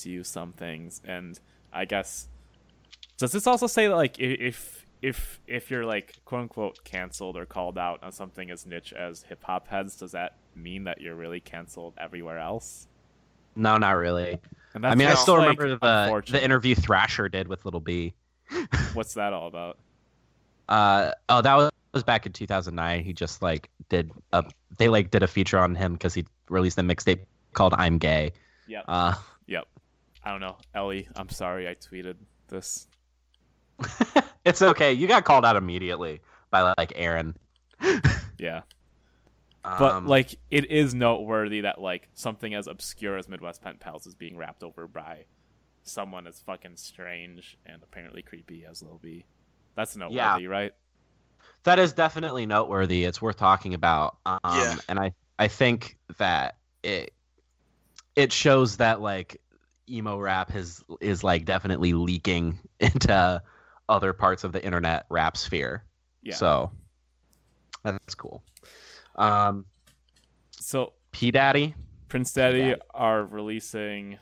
Speaker 2: to some things, and I guess does this also say that like i- if if if you're like quote unquote canceled or called out on something as niche as hip hop heads, does that mean that you're really canceled everywhere else?
Speaker 3: No, not really.
Speaker 2: And
Speaker 3: I mean, I
Speaker 4: just,
Speaker 2: what's,
Speaker 3: still
Speaker 2: like,
Speaker 3: remember the,
Speaker 2: unfortunate.
Speaker 3: the interview Thrasher did with Little B.
Speaker 2: What's that all about?
Speaker 3: Uh, oh, that was, was back in 2009. He just like did a they like did a feature on him because he released a mixtape called "I'm Gay."
Speaker 2: Yep.
Speaker 3: Uh,
Speaker 2: Yep. I don't know, Ellie. I'm sorry I tweeted this.
Speaker 3: it's okay. You got called out immediately by like Aaron.
Speaker 2: Yeah.
Speaker 3: Um,
Speaker 2: But like, it is noteworthy that like something as obscure as Midwest Pen Pals is being wrapped over by someone as fucking strange and apparently creepy as Lil B. That's noteworthy, right?
Speaker 3: that is definitely noteworthy. It's worth talking about. Um,
Speaker 4: Yeah.
Speaker 3: And I I think that it it shows that like emo rap has is like definitely leaking into other parts of the internet rap sphere.
Speaker 2: Yeah. So,
Speaker 3: So that's cool. Um, P Daddy.
Speaker 2: Prince Daddy
Speaker 3: Yeah.
Speaker 2: are releasing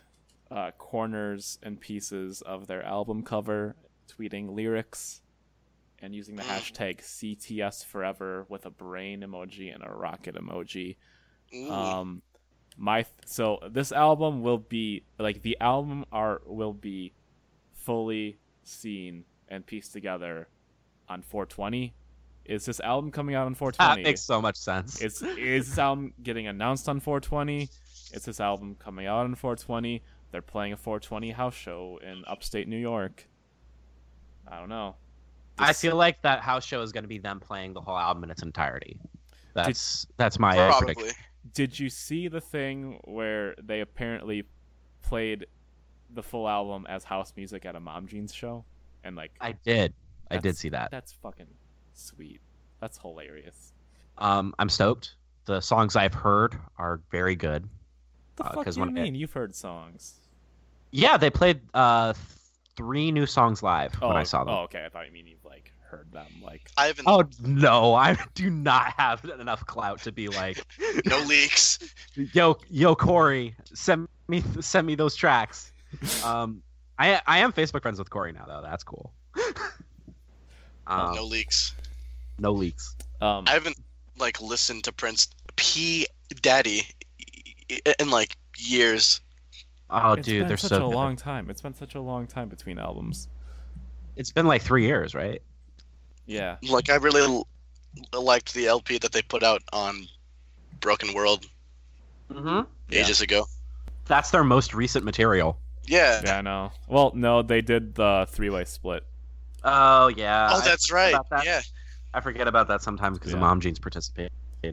Speaker 2: uh, corners and pieces of their album cover, tweeting lyrics and using the hashtag CTS Forever with a brain emoji and a rocket emoji.
Speaker 4: Ooh.
Speaker 2: um my th- so this album will be like the album art will be fully seen and pieced together on 420 is this album coming out on
Speaker 3: That
Speaker 2: 420
Speaker 3: makes so much sense.
Speaker 2: is is this album getting announced on 420 is this album coming out on 420 they're playing a 420 house show in upstate new york i don't know
Speaker 3: I
Speaker 2: This-
Speaker 3: feel like that house show is going to be them playing the whole album in its entirety. That's that's my uh, prediction.
Speaker 4: Probably.
Speaker 2: did you see the thing where they apparently played the full album as house music at a mom jeans show and like
Speaker 3: I did. I did
Speaker 2: That's-
Speaker 3: see that.
Speaker 2: that's fucking sweet that's hilarious
Speaker 3: Um, I'm stoked. The songs I've heard are very good.
Speaker 2: the
Speaker 3: Uh,
Speaker 2: fuck
Speaker 3: 'cause
Speaker 2: you
Speaker 3: when I-
Speaker 2: mean you've heard songs
Speaker 3: Yeah, they played uh, three new songs live
Speaker 2: Oh,
Speaker 3: when I saw them.
Speaker 2: Oh, okay. I thought you mean you've like heard them. Like,
Speaker 4: I haven't.
Speaker 3: Oh no, I do not have enough clout to be like,
Speaker 4: No leaks.
Speaker 3: yo, yo, Corey, send me, send me those tracks. Um, I, I am Facebook friends with Corey now though. That's cool. um, hmm.
Speaker 4: No leaks.
Speaker 3: no leaks.
Speaker 2: um,
Speaker 4: I haven't like listened to Prince P Daddy i- i- in like years.
Speaker 3: Oh,
Speaker 2: it's
Speaker 3: dude,
Speaker 2: been
Speaker 3: they're
Speaker 2: such
Speaker 3: so.
Speaker 2: a
Speaker 3: good.
Speaker 2: long time. It's been such a long time between albums.
Speaker 3: It's been like three years, right?
Speaker 2: Yeah.
Speaker 4: Like I really l- liked the LP that they put out on Broken World
Speaker 3: Mm-hmm.
Speaker 2: Yeah.
Speaker 4: ages ago.
Speaker 3: That's their most recent material.
Speaker 4: Yeah.
Speaker 2: Yeah, I know. Well, no, they did the three-way split.
Speaker 3: Oh yeah.
Speaker 4: Oh,
Speaker 3: I-
Speaker 4: that's right.
Speaker 3: about that.
Speaker 4: Yeah.
Speaker 3: I, forget about that sometimes because
Speaker 2: Yeah.
Speaker 3: the mom jeans participated.
Speaker 2: Yeah,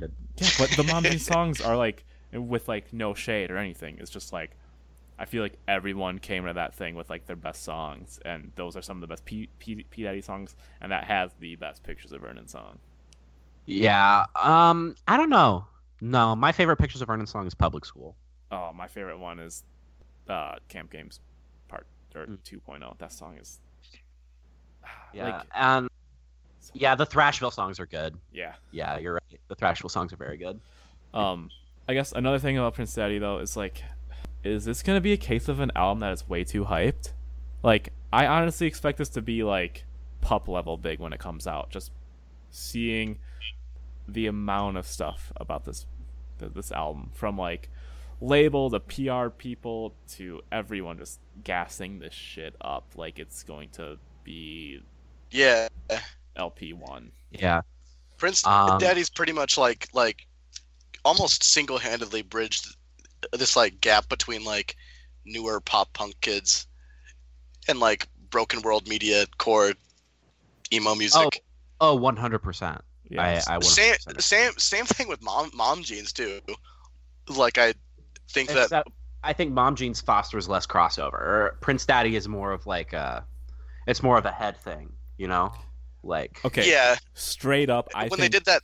Speaker 2: but the Mom Jeans songs are like with like no shade or anything. It's just like I feel like everyone came to that thing with like their best songs, and those are some of the best P, P, P Daddy songs, and that has the best pictures of Vernon song.
Speaker 3: Yeah. Um. I don't know. No, my favorite pictures of Vernon song is public school.
Speaker 2: Oh, my favorite one is uh, Camp Games Part or
Speaker 3: Mm.
Speaker 2: 2.0. That song is
Speaker 3: Yeah.
Speaker 2: like
Speaker 3: and yeah, the Thrashville songs are good.
Speaker 2: yeah.
Speaker 3: Yeah, you're right. The Thrashville songs are very good.
Speaker 2: Um, I guess another thing about Prince Daddy though is like, is this gonna be a case of an album that is way too hyped? Like, I honestly expect this to be like pup level big when it comes out. Just seeing the amount of stuff about this th- this album from like label to PR people to everyone just gassing this shit up like it's going to be
Speaker 4: Yeah.
Speaker 2: LP one.
Speaker 3: Yeah.
Speaker 4: Prince
Speaker 3: Um,
Speaker 4: Daddy's pretty much like like almost single-handedly bridged this like gap between like newer pop punk kids and like broken world media core emo music.
Speaker 3: Oh, 100 percent.
Speaker 2: Yeah,
Speaker 3: I, I 100%
Speaker 4: same
Speaker 3: agree.
Speaker 4: same same thing with mom mom jeans too. Like I think that
Speaker 3: Except I think Mom Jeans fosters less crossover. Prince Daddy is more of like a, it's more of a head thing, you know, like
Speaker 2: okay,
Speaker 4: yeah
Speaker 2: straight up. I
Speaker 4: when
Speaker 2: think
Speaker 4: they did that.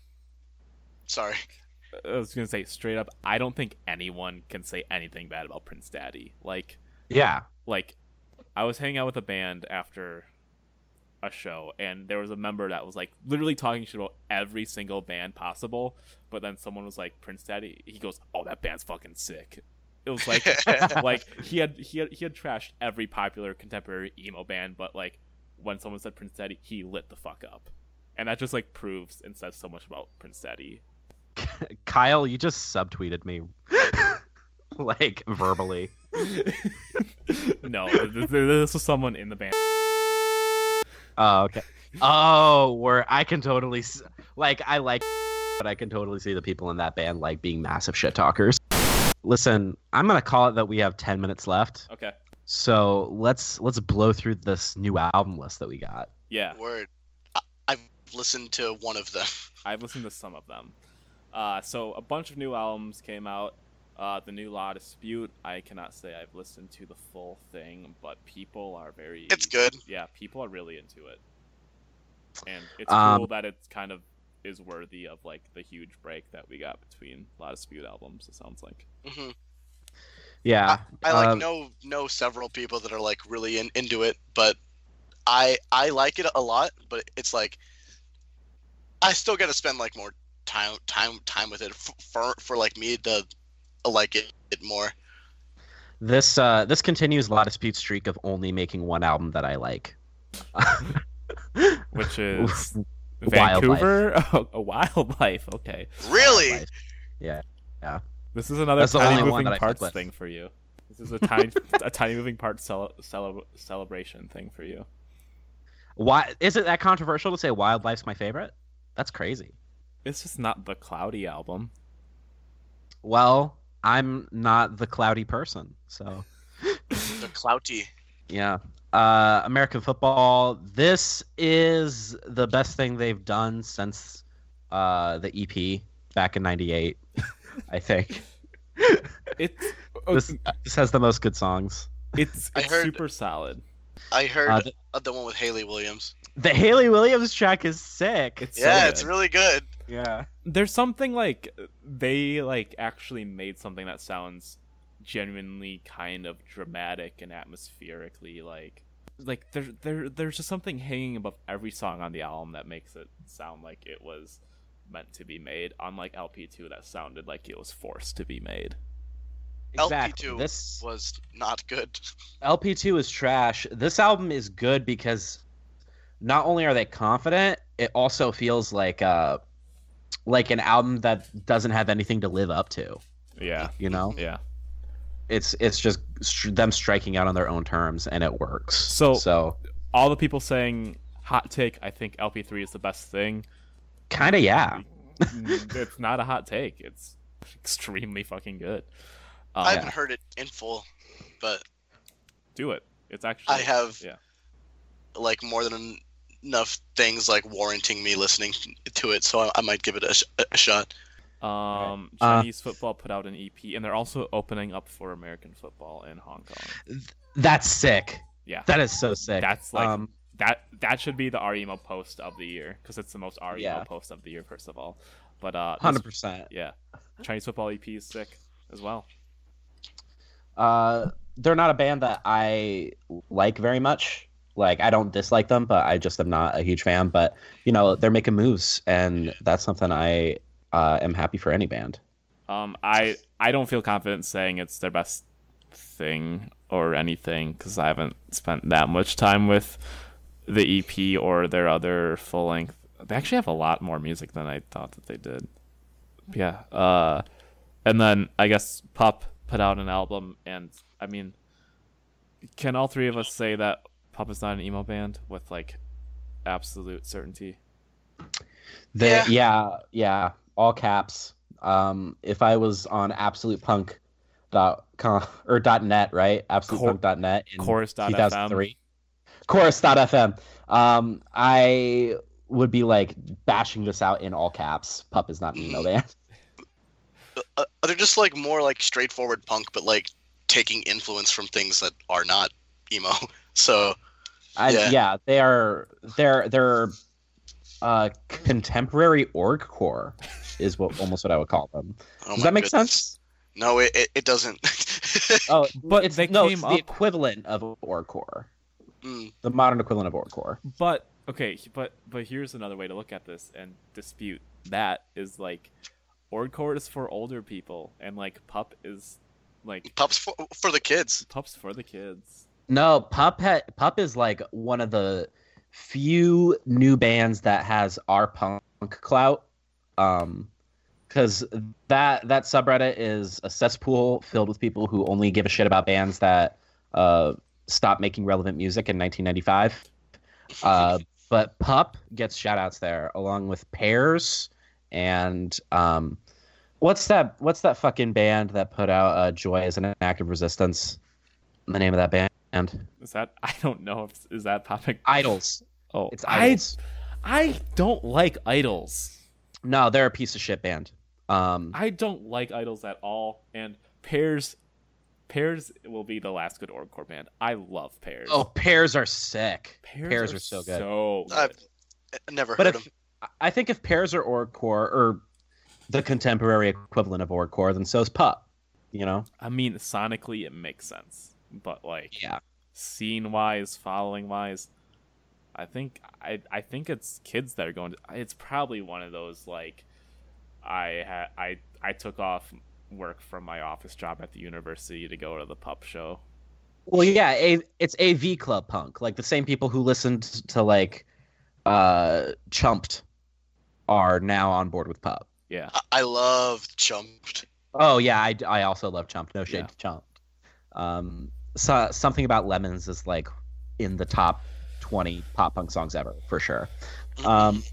Speaker 4: Sorry.
Speaker 2: I was gonna say straight up, I don't think anyone can say anything bad about Prince Daddy. Like,
Speaker 3: yeah,
Speaker 2: like, I was hanging out with a band after a show, and there was a member that was like literally talking shit about every single band possible. But then someone was like, "Prince Daddy," he goes, "Oh, that band's fucking sick." It was like, like he had he had he had trashed every popular contemporary emo band, but like when someone said Prince Daddy, he lit the fuck up, and that just like proves and says so much about Prince Daddy.
Speaker 3: Kyle, you just subtweeted me, like verbally.
Speaker 2: no, th- th- this was someone in the band.
Speaker 3: Oh, okay. Oh, where I can totally s- like I like, but I can totally see the people in that band like being massive shit talkers. Listen, I'm gonna call it that. We have 10 minutes left,
Speaker 2: Okay.
Speaker 3: so let's let's blow through this new album list that we got.
Speaker 2: Yeah,
Speaker 4: Word. I, I've listened to one of them.
Speaker 2: I've listened to some of them. Uh, so a bunch of new albums came out. Uh, the new Law Dispute. I cannot say I've listened to the full thing, but people are very.
Speaker 4: It's good.
Speaker 2: Yeah, people are really into it, and it's
Speaker 3: Um,
Speaker 2: cool that it's kind of is worthy of like the huge break that we got between Law Dispute albums. It sounds like.
Speaker 4: hmm
Speaker 3: Yeah,
Speaker 4: I like
Speaker 3: um,
Speaker 4: know know several people that are like really in, into it, but I I like it a lot, but it's like I still got to spend like more time time time with it f- for for like me to like it, it more.
Speaker 3: This uh, this continues La Dispute's streak of only making one album that I like.
Speaker 2: Which is
Speaker 3: Wildlife.
Speaker 2: Vancouver, Oh, a wildlife. Okay,
Speaker 4: Really?
Speaker 3: Wildlife.
Speaker 2: This is another
Speaker 3: That's the
Speaker 2: tiny
Speaker 3: only one
Speaker 2: moving
Speaker 3: that I
Speaker 2: parts
Speaker 3: clicked with.
Speaker 2: thing for you. This is a tiny, a tiny moving parts cele- cele- celebration thing for you.
Speaker 3: Why is it that controversial to say Wildlife's my favorite? That's crazy.
Speaker 2: It's just not the cloudy album.
Speaker 3: Well, I'm not the cloudy person, so
Speaker 4: The clouty.
Speaker 3: yeah. Uh, American football. This is the best thing they've done since uh, the EP back in '98. I think
Speaker 2: It's Oh,
Speaker 3: this, this has the most good songs.
Speaker 2: it's,
Speaker 4: I
Speaker 2: it's
Speaker 4: heard-
Speaker 2: super solid.
Speaker 4: I heard
Speaker 3: Uh,
Speaker 4: uh, the... one with Haley Williams.
Speaker 3: The Haley Williams track is sick.
Speaker 2: It's
Speaker 4: yeah,
Speaker 2: so
Speaker 4: it's
Speaker 2: good.
Speaker 4: really good.
Speaker 3: yeah.
Speaker 2: There's something like they like actually made something that sounds genuinely kind of dramatic and atmospherically like like there there there's just something hanging above every song on the album that makes it sound like it was meant to be made. Unlike LP2 that sounded like it was forced to be made.
Speaker 3: Exactly.
Speaker 4: LP2
Speaker 3: This
Speaker 4: was not good.
Speaker 3: LP2 is trash. This album is good because not only are they confident, it also feels like uh like an album that doesn't have anything to live up to.
Speaker 2: Yeah.
Speaker 3: You know,
Speaker 2: Yeah.
Speaker 3: it's it's just str- them striking out on their own terms, and it works.
Speaker 2: So-
Speaker 3: so
Speaker 2: All the people saying hot take, I think LP3 is the best thing.
Speaker 3: kind of yeah.
Speaker 2: Mm, it's not a hot take. It's extremely fucking good. Um,
Speaker 4: I haven't heard it in full, but
Speaker 2: Do it. It's actually
Speaker 4: I have
Speaker 2: yeah.
Speaker 4: like more than enough things like warranting me listening to it, so I, I might give it a, sh- a shot.
Speaker 2: Um,
Speaker 3: Uh,
Speaker 2: Chinese football put out an EP, and they're also opening up for American football in Hong Kong.
Speaker 3: That's sick.
Speaker 2: Yeah,
Speaker 3: That is so sick.
Speaker 2: That's like-
Speaker 3: um,
Speaker 2: that that should be the REMO post of the year because it's the most REMO
Speaker 3: Yeah.
Speaker 2: post of the year, first of all. But uh, this-
Speaker 3: hundred percent.
Speaker 2: yeah, Chinese football EP is sick as well.
Speaker 3: Uh, they're not a band that I like very much. Like I don't dislike them, but I just am not a huge fan. But you know, they're making moves, and that's something I uh, am happy for any band.
Speaker 2: Um, I I don't feel confident saying it's their best thing or anything because I haven't spent that much time with the EP or their other full length. They actually have a lot more music than I thought that they did. Yeah. Uh, and then I guess Pup put out an album, and I mean, can all three of us say that Pup is not an emo band with like absolute certainty?
Speaker 3: The,
Speaker 4: Yeah.
Speaker 3: yeah. yeah, all caps. Um, if I was on absolutepunk.com or .net, right? Absolutepunk.net in
Speaker 2: Chorus.fm.
Speaker 3: 2003. Chorus.fm. Um, I would be like bashing this out in all caps. Pup is not an emo band.
Speaker 4: Uh, they're just like more like straightforward punk, but like taking influence from things that are not emo. So oh
Speaker 3: I,
Speaker 4: Yeah.
Speaker 3: yeah. they are. They're they're uh, contemporary org core is what almost what I would call them.
Speaker 4: oh
Speaker 3: Does
Speaker 4: my
Speaker 3: that make
Speaker 4: goodness.
Speaker 3: sense?
Speaker 4: No, it, it, it doesn't.
Speaker 3: Oh,
Speaker 2: But
Speaker 3: it's,
Speaker 2: they
Speaker 3: no,
Speaker 2: came
Speaker 3: it's
Speaker 2: up-
Speaker 3: the equivalent of org core,
Speaker 4: Mm,
Speaker 3: the modern equivalent of org core.
Speaker 2: But okay, but but here's another way to look at this and dispute that is like Ordcore is for older people and like Pup is like
Speaker 4: pups for, for the kids.
Speaker 2: Pup's for the kids.
Speaker 3: No, Pup ha- Pup is like one of the few new bands that has our punk clout. Um because that that subreddit is a cesspool filled with people who only give a shit about bands that uh stopped making relevant music in 1995. Uh but Pup gets shout outs there along with Pears and um what's that what's that fucking band that put out uh, Joy as an act of resistance? The name of that band?
Speaker 2: Is that I don't know if is that topic
Speaker 3: Idols.
Speaker 2: Oh
Speaker 3: It's Idols.
Speaker 2: I I don't like idols.
Speaker 3: No, they're a piece of shit band. Um,
Speaker 2: I don't like idols at all and pairs pairs will be the last good Ordcore band. I love pairs.
Speaker 3: oh, pears are sick.
Speaker 2: pairs,
Speaker 3: Pears are so good.
Speaker 2: So
Speaker 4: I've
Speaker 2: good.
Speaker 4: never
Speaker 3: But
Speaker 4: heard
Speaker 3: if I think if pears are orgcore or the contemporary equivalent of orgcore, then so's pup. You know?
Speaker 2: I mean sonically it makes sense. But like
Speaker 3: Yeah.
Speaker 2: scene wise, following wise, I think I I think it's kids that are going to. It's probably one of those like I ha, I I took off work from my office job at the university to go to the pub show.
Speaker 3: Well, yeah, a- it's AV club punk. Like the same people who listened to like uh Chumped are now on board with pup.
Speaker 2: Yeah,
Speaker 4: of. I, I love Chumped.
Speaker 3: Oh yeah, I, I also love Chump. No shade
Speaker 2: Yeah.
Speaker 3: to Chump. Um, so, something about Lemons is like in the top twenty pop punk songs ever for sure.
Speaker 4: Mm-hmm.
Speaker 3: Um,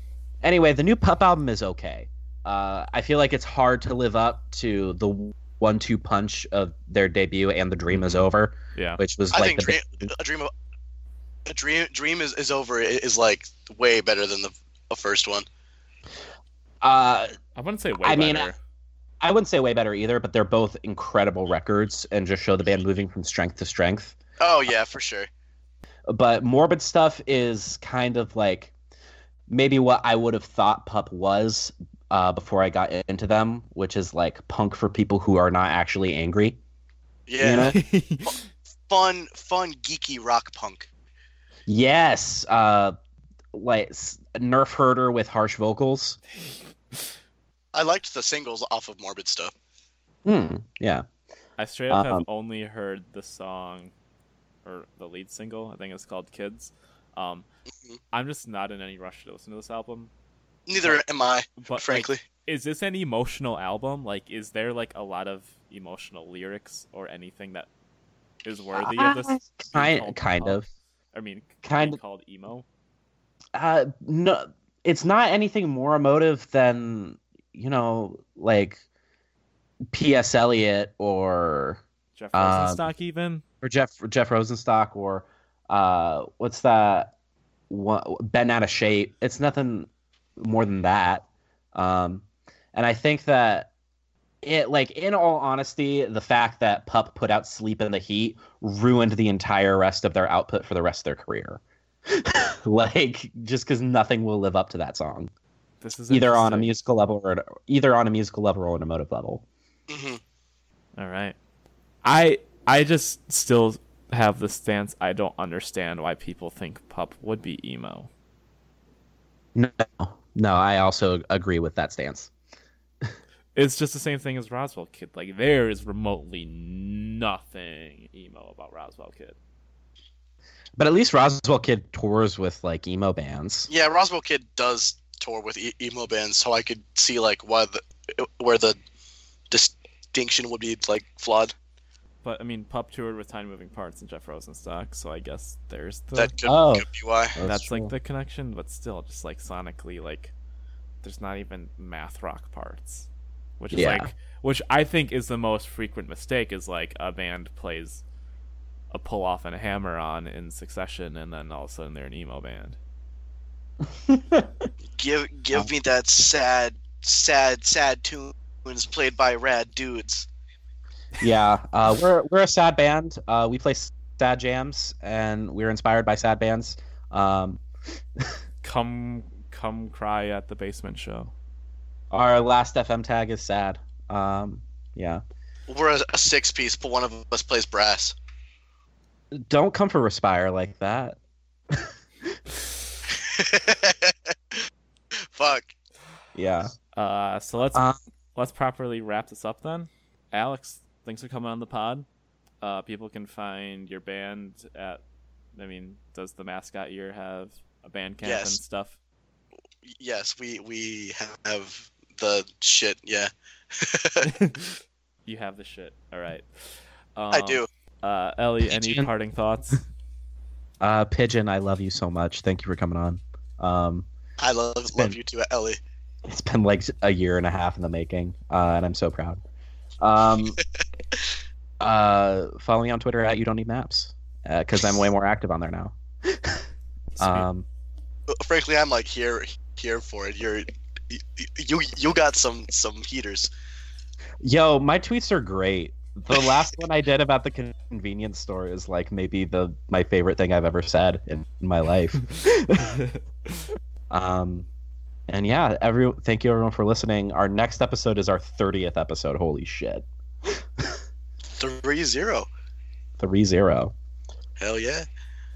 Speaker 3: anyway, the new Pup album is okay. Uh, I feel like it's hard to live up to the one-two punch of their debut and "The Dream Is Over,"
Speaker 2: yeah.
Speaker 3: which was
Speaker 4: I
Speaker 3: like
Speaker 4: think
Speaker 3: the
Speaker 4: dream, a dream of a dream dream is, is over i- is like way better than the f- first one.
Speaker 3: uh,
Speaker 2: I wouldn't say way
Speaker 3: I mean,
Speaker 2: better.
Speaker 3: I wouldn't say way better either, but they're both incredible records and just show the band moving from strength to strength.
Speaker 4: Oh yeah, for sure.
Speaker 3: but morbid stuff is kind of like maybe what I would have thought pup was uh, before I got into them, which is like punk for people who are not actually angry.
Speaker 4: Yeah,
Speaker 3: You know?
Speaker 4: fun, fun, geeky rock punk.
Speaker 3: Yes, uh, like s- Nerf herder with harsh vocals.
Speaker 4: I liked the singles off of Morbid Stuff.
Speaker 3: Hmm. Yeah.
Speaker 2: I straight up have
Speaker 3: Um,
Speaker 2: only heard the song or the lead single. I think it's called Kids. Um,
Speaker 3: Mm-hmm.
Speaker 4: Mhm.
Speaker 2: I'm just not in any rush to listen to this album.
Speaker 4: Neither am I,
Speaker 2: But like,
Speaker 4: frankly.
Speaker 2: is this an emotional album? Like, is there like a lot of emotional lyrics or anything that is worthy of this? being
Speaker 3: Kind,
Speaker 2: called
Speaker 3: kind
Speaker 2: pop?
Speaker 3: of.
Speaker 2: I mean,
Speaker 3: Kind
Speaker 2: kind
Speaker 3: of.
Speaker 2: called emo.
Speaker 3: Uh, no, it's not anything more emotive than you know, like P.S. Eliot or
Speaker 2: Jeff
Speaker 3: Um,
Speaker 2: Rosenstock, even.
Speaker 3: or Jeff Jeff Rosenstock or uh, what's that? One, ben out of shape. It's nothing more than that. Um, and I think that it, like, in all honesty, the fact that Pup put out "Sleep in the Heat" ruined the entire rest of their output for the rest of their career. like, just because nothing will live up to that song,
Speaker 2: This is
Speaker 3: either on a
Speaker 2: interesting.
Speaker 3: musical level or an- either on a musical level or an emotive level.
Speaker 4: hmm
Speaker 2: All right. I I just still have the stance. I don't understand why people think Pup would be emo.
Speaker 3: No, no, I also agree with that stance.
Speaker 2: It's just the same thing as Roswell Kid. Like there is remotely nothing emo about Roswell Kid.
Speaker 3: But at least Roswell Kid tours with like emo bands.
Speaker 4: Yeah, Roswell Kid does tour with e- emo bands, so I could see like why the where the distinction would be like flawed.
Speaker 2: But I mean, Pup toured with Tiny Moving Parts and Jeff Rosenstock, so I guess there's the
Speaker 4: That could,
Speaker 3: Oh.
Speaker 4: could be why.
Speaker 2: that's, like the connection. But still, just like sonically, like there's not even math rock parts, which is
Speaker 3: Yeah.
Speaker 2: like which I think is the most frequent mistake. Is like a band plays a pull off and a hammer on in succession, and then all of a sudden they're an emo band.
Speaker 4: Give give me that sad, sad, sad tunes played by rad dudes.
Speaker 3: yeah. Uh, we're we're a sad band. Uh, we play sad jams, and we're inspired by sad bands. Um,
Speaker 2: Come, come, cry at the basement show.
Speaker 3: our last FM tag is sad. Um, yeah.
Speaker 4: We're a, a six piece, but one of us plays brass.
Speaker 3: Don't come for Respire like that.
Speaker 4: Fuck.
Speaker 3: Yeah.
Speaker 2: Uh, so let's
Speaker 3: Uh,
Speaker 2: let's properly wrap this up then. Alex, thanks for coming on the pod. Uh, people can find your band at. I mean, does the mascot year have a band camp and
Speaker 4: Yes.
Speaker 2: stuff?
Speaker 4: Yes, we we have the shit. Yeah,
Speaker 2: you have the shit. All right. Um,
Speaker 4: I do.
Speaker 2: Uh, Ellie, any
Speaker 3: Pigeon.
Speaker 2: parting thoughts?
Speaker 3: Uh, Pigeon, I love you so much. Thank you for coming on. Um,
Speaker 4: I love love
Speaker 3: been-
Speaker 4: you too, Ellie.
Speaker 3: it's been like a year and a half in the making, uh, and I'm so proud. Um, uh, follow me on Twitter at you don't need maps because I'm way more active on there now. Um,
Speaker 4: Frankly, I'm like here here for it. You're you you got some some heaters.
Speaker 3: yo, my tweets are great. The last one I did about the con- convenience store is like maybe the my favorite thing I've ever said in, in my life. um, and yeah, every thank you everyone for listening. Our next episode is our 30th episode. Holy shit,
Speaker 4: Three zero.
Speaker 3: three zero.
Speaker 4: Hell yeah.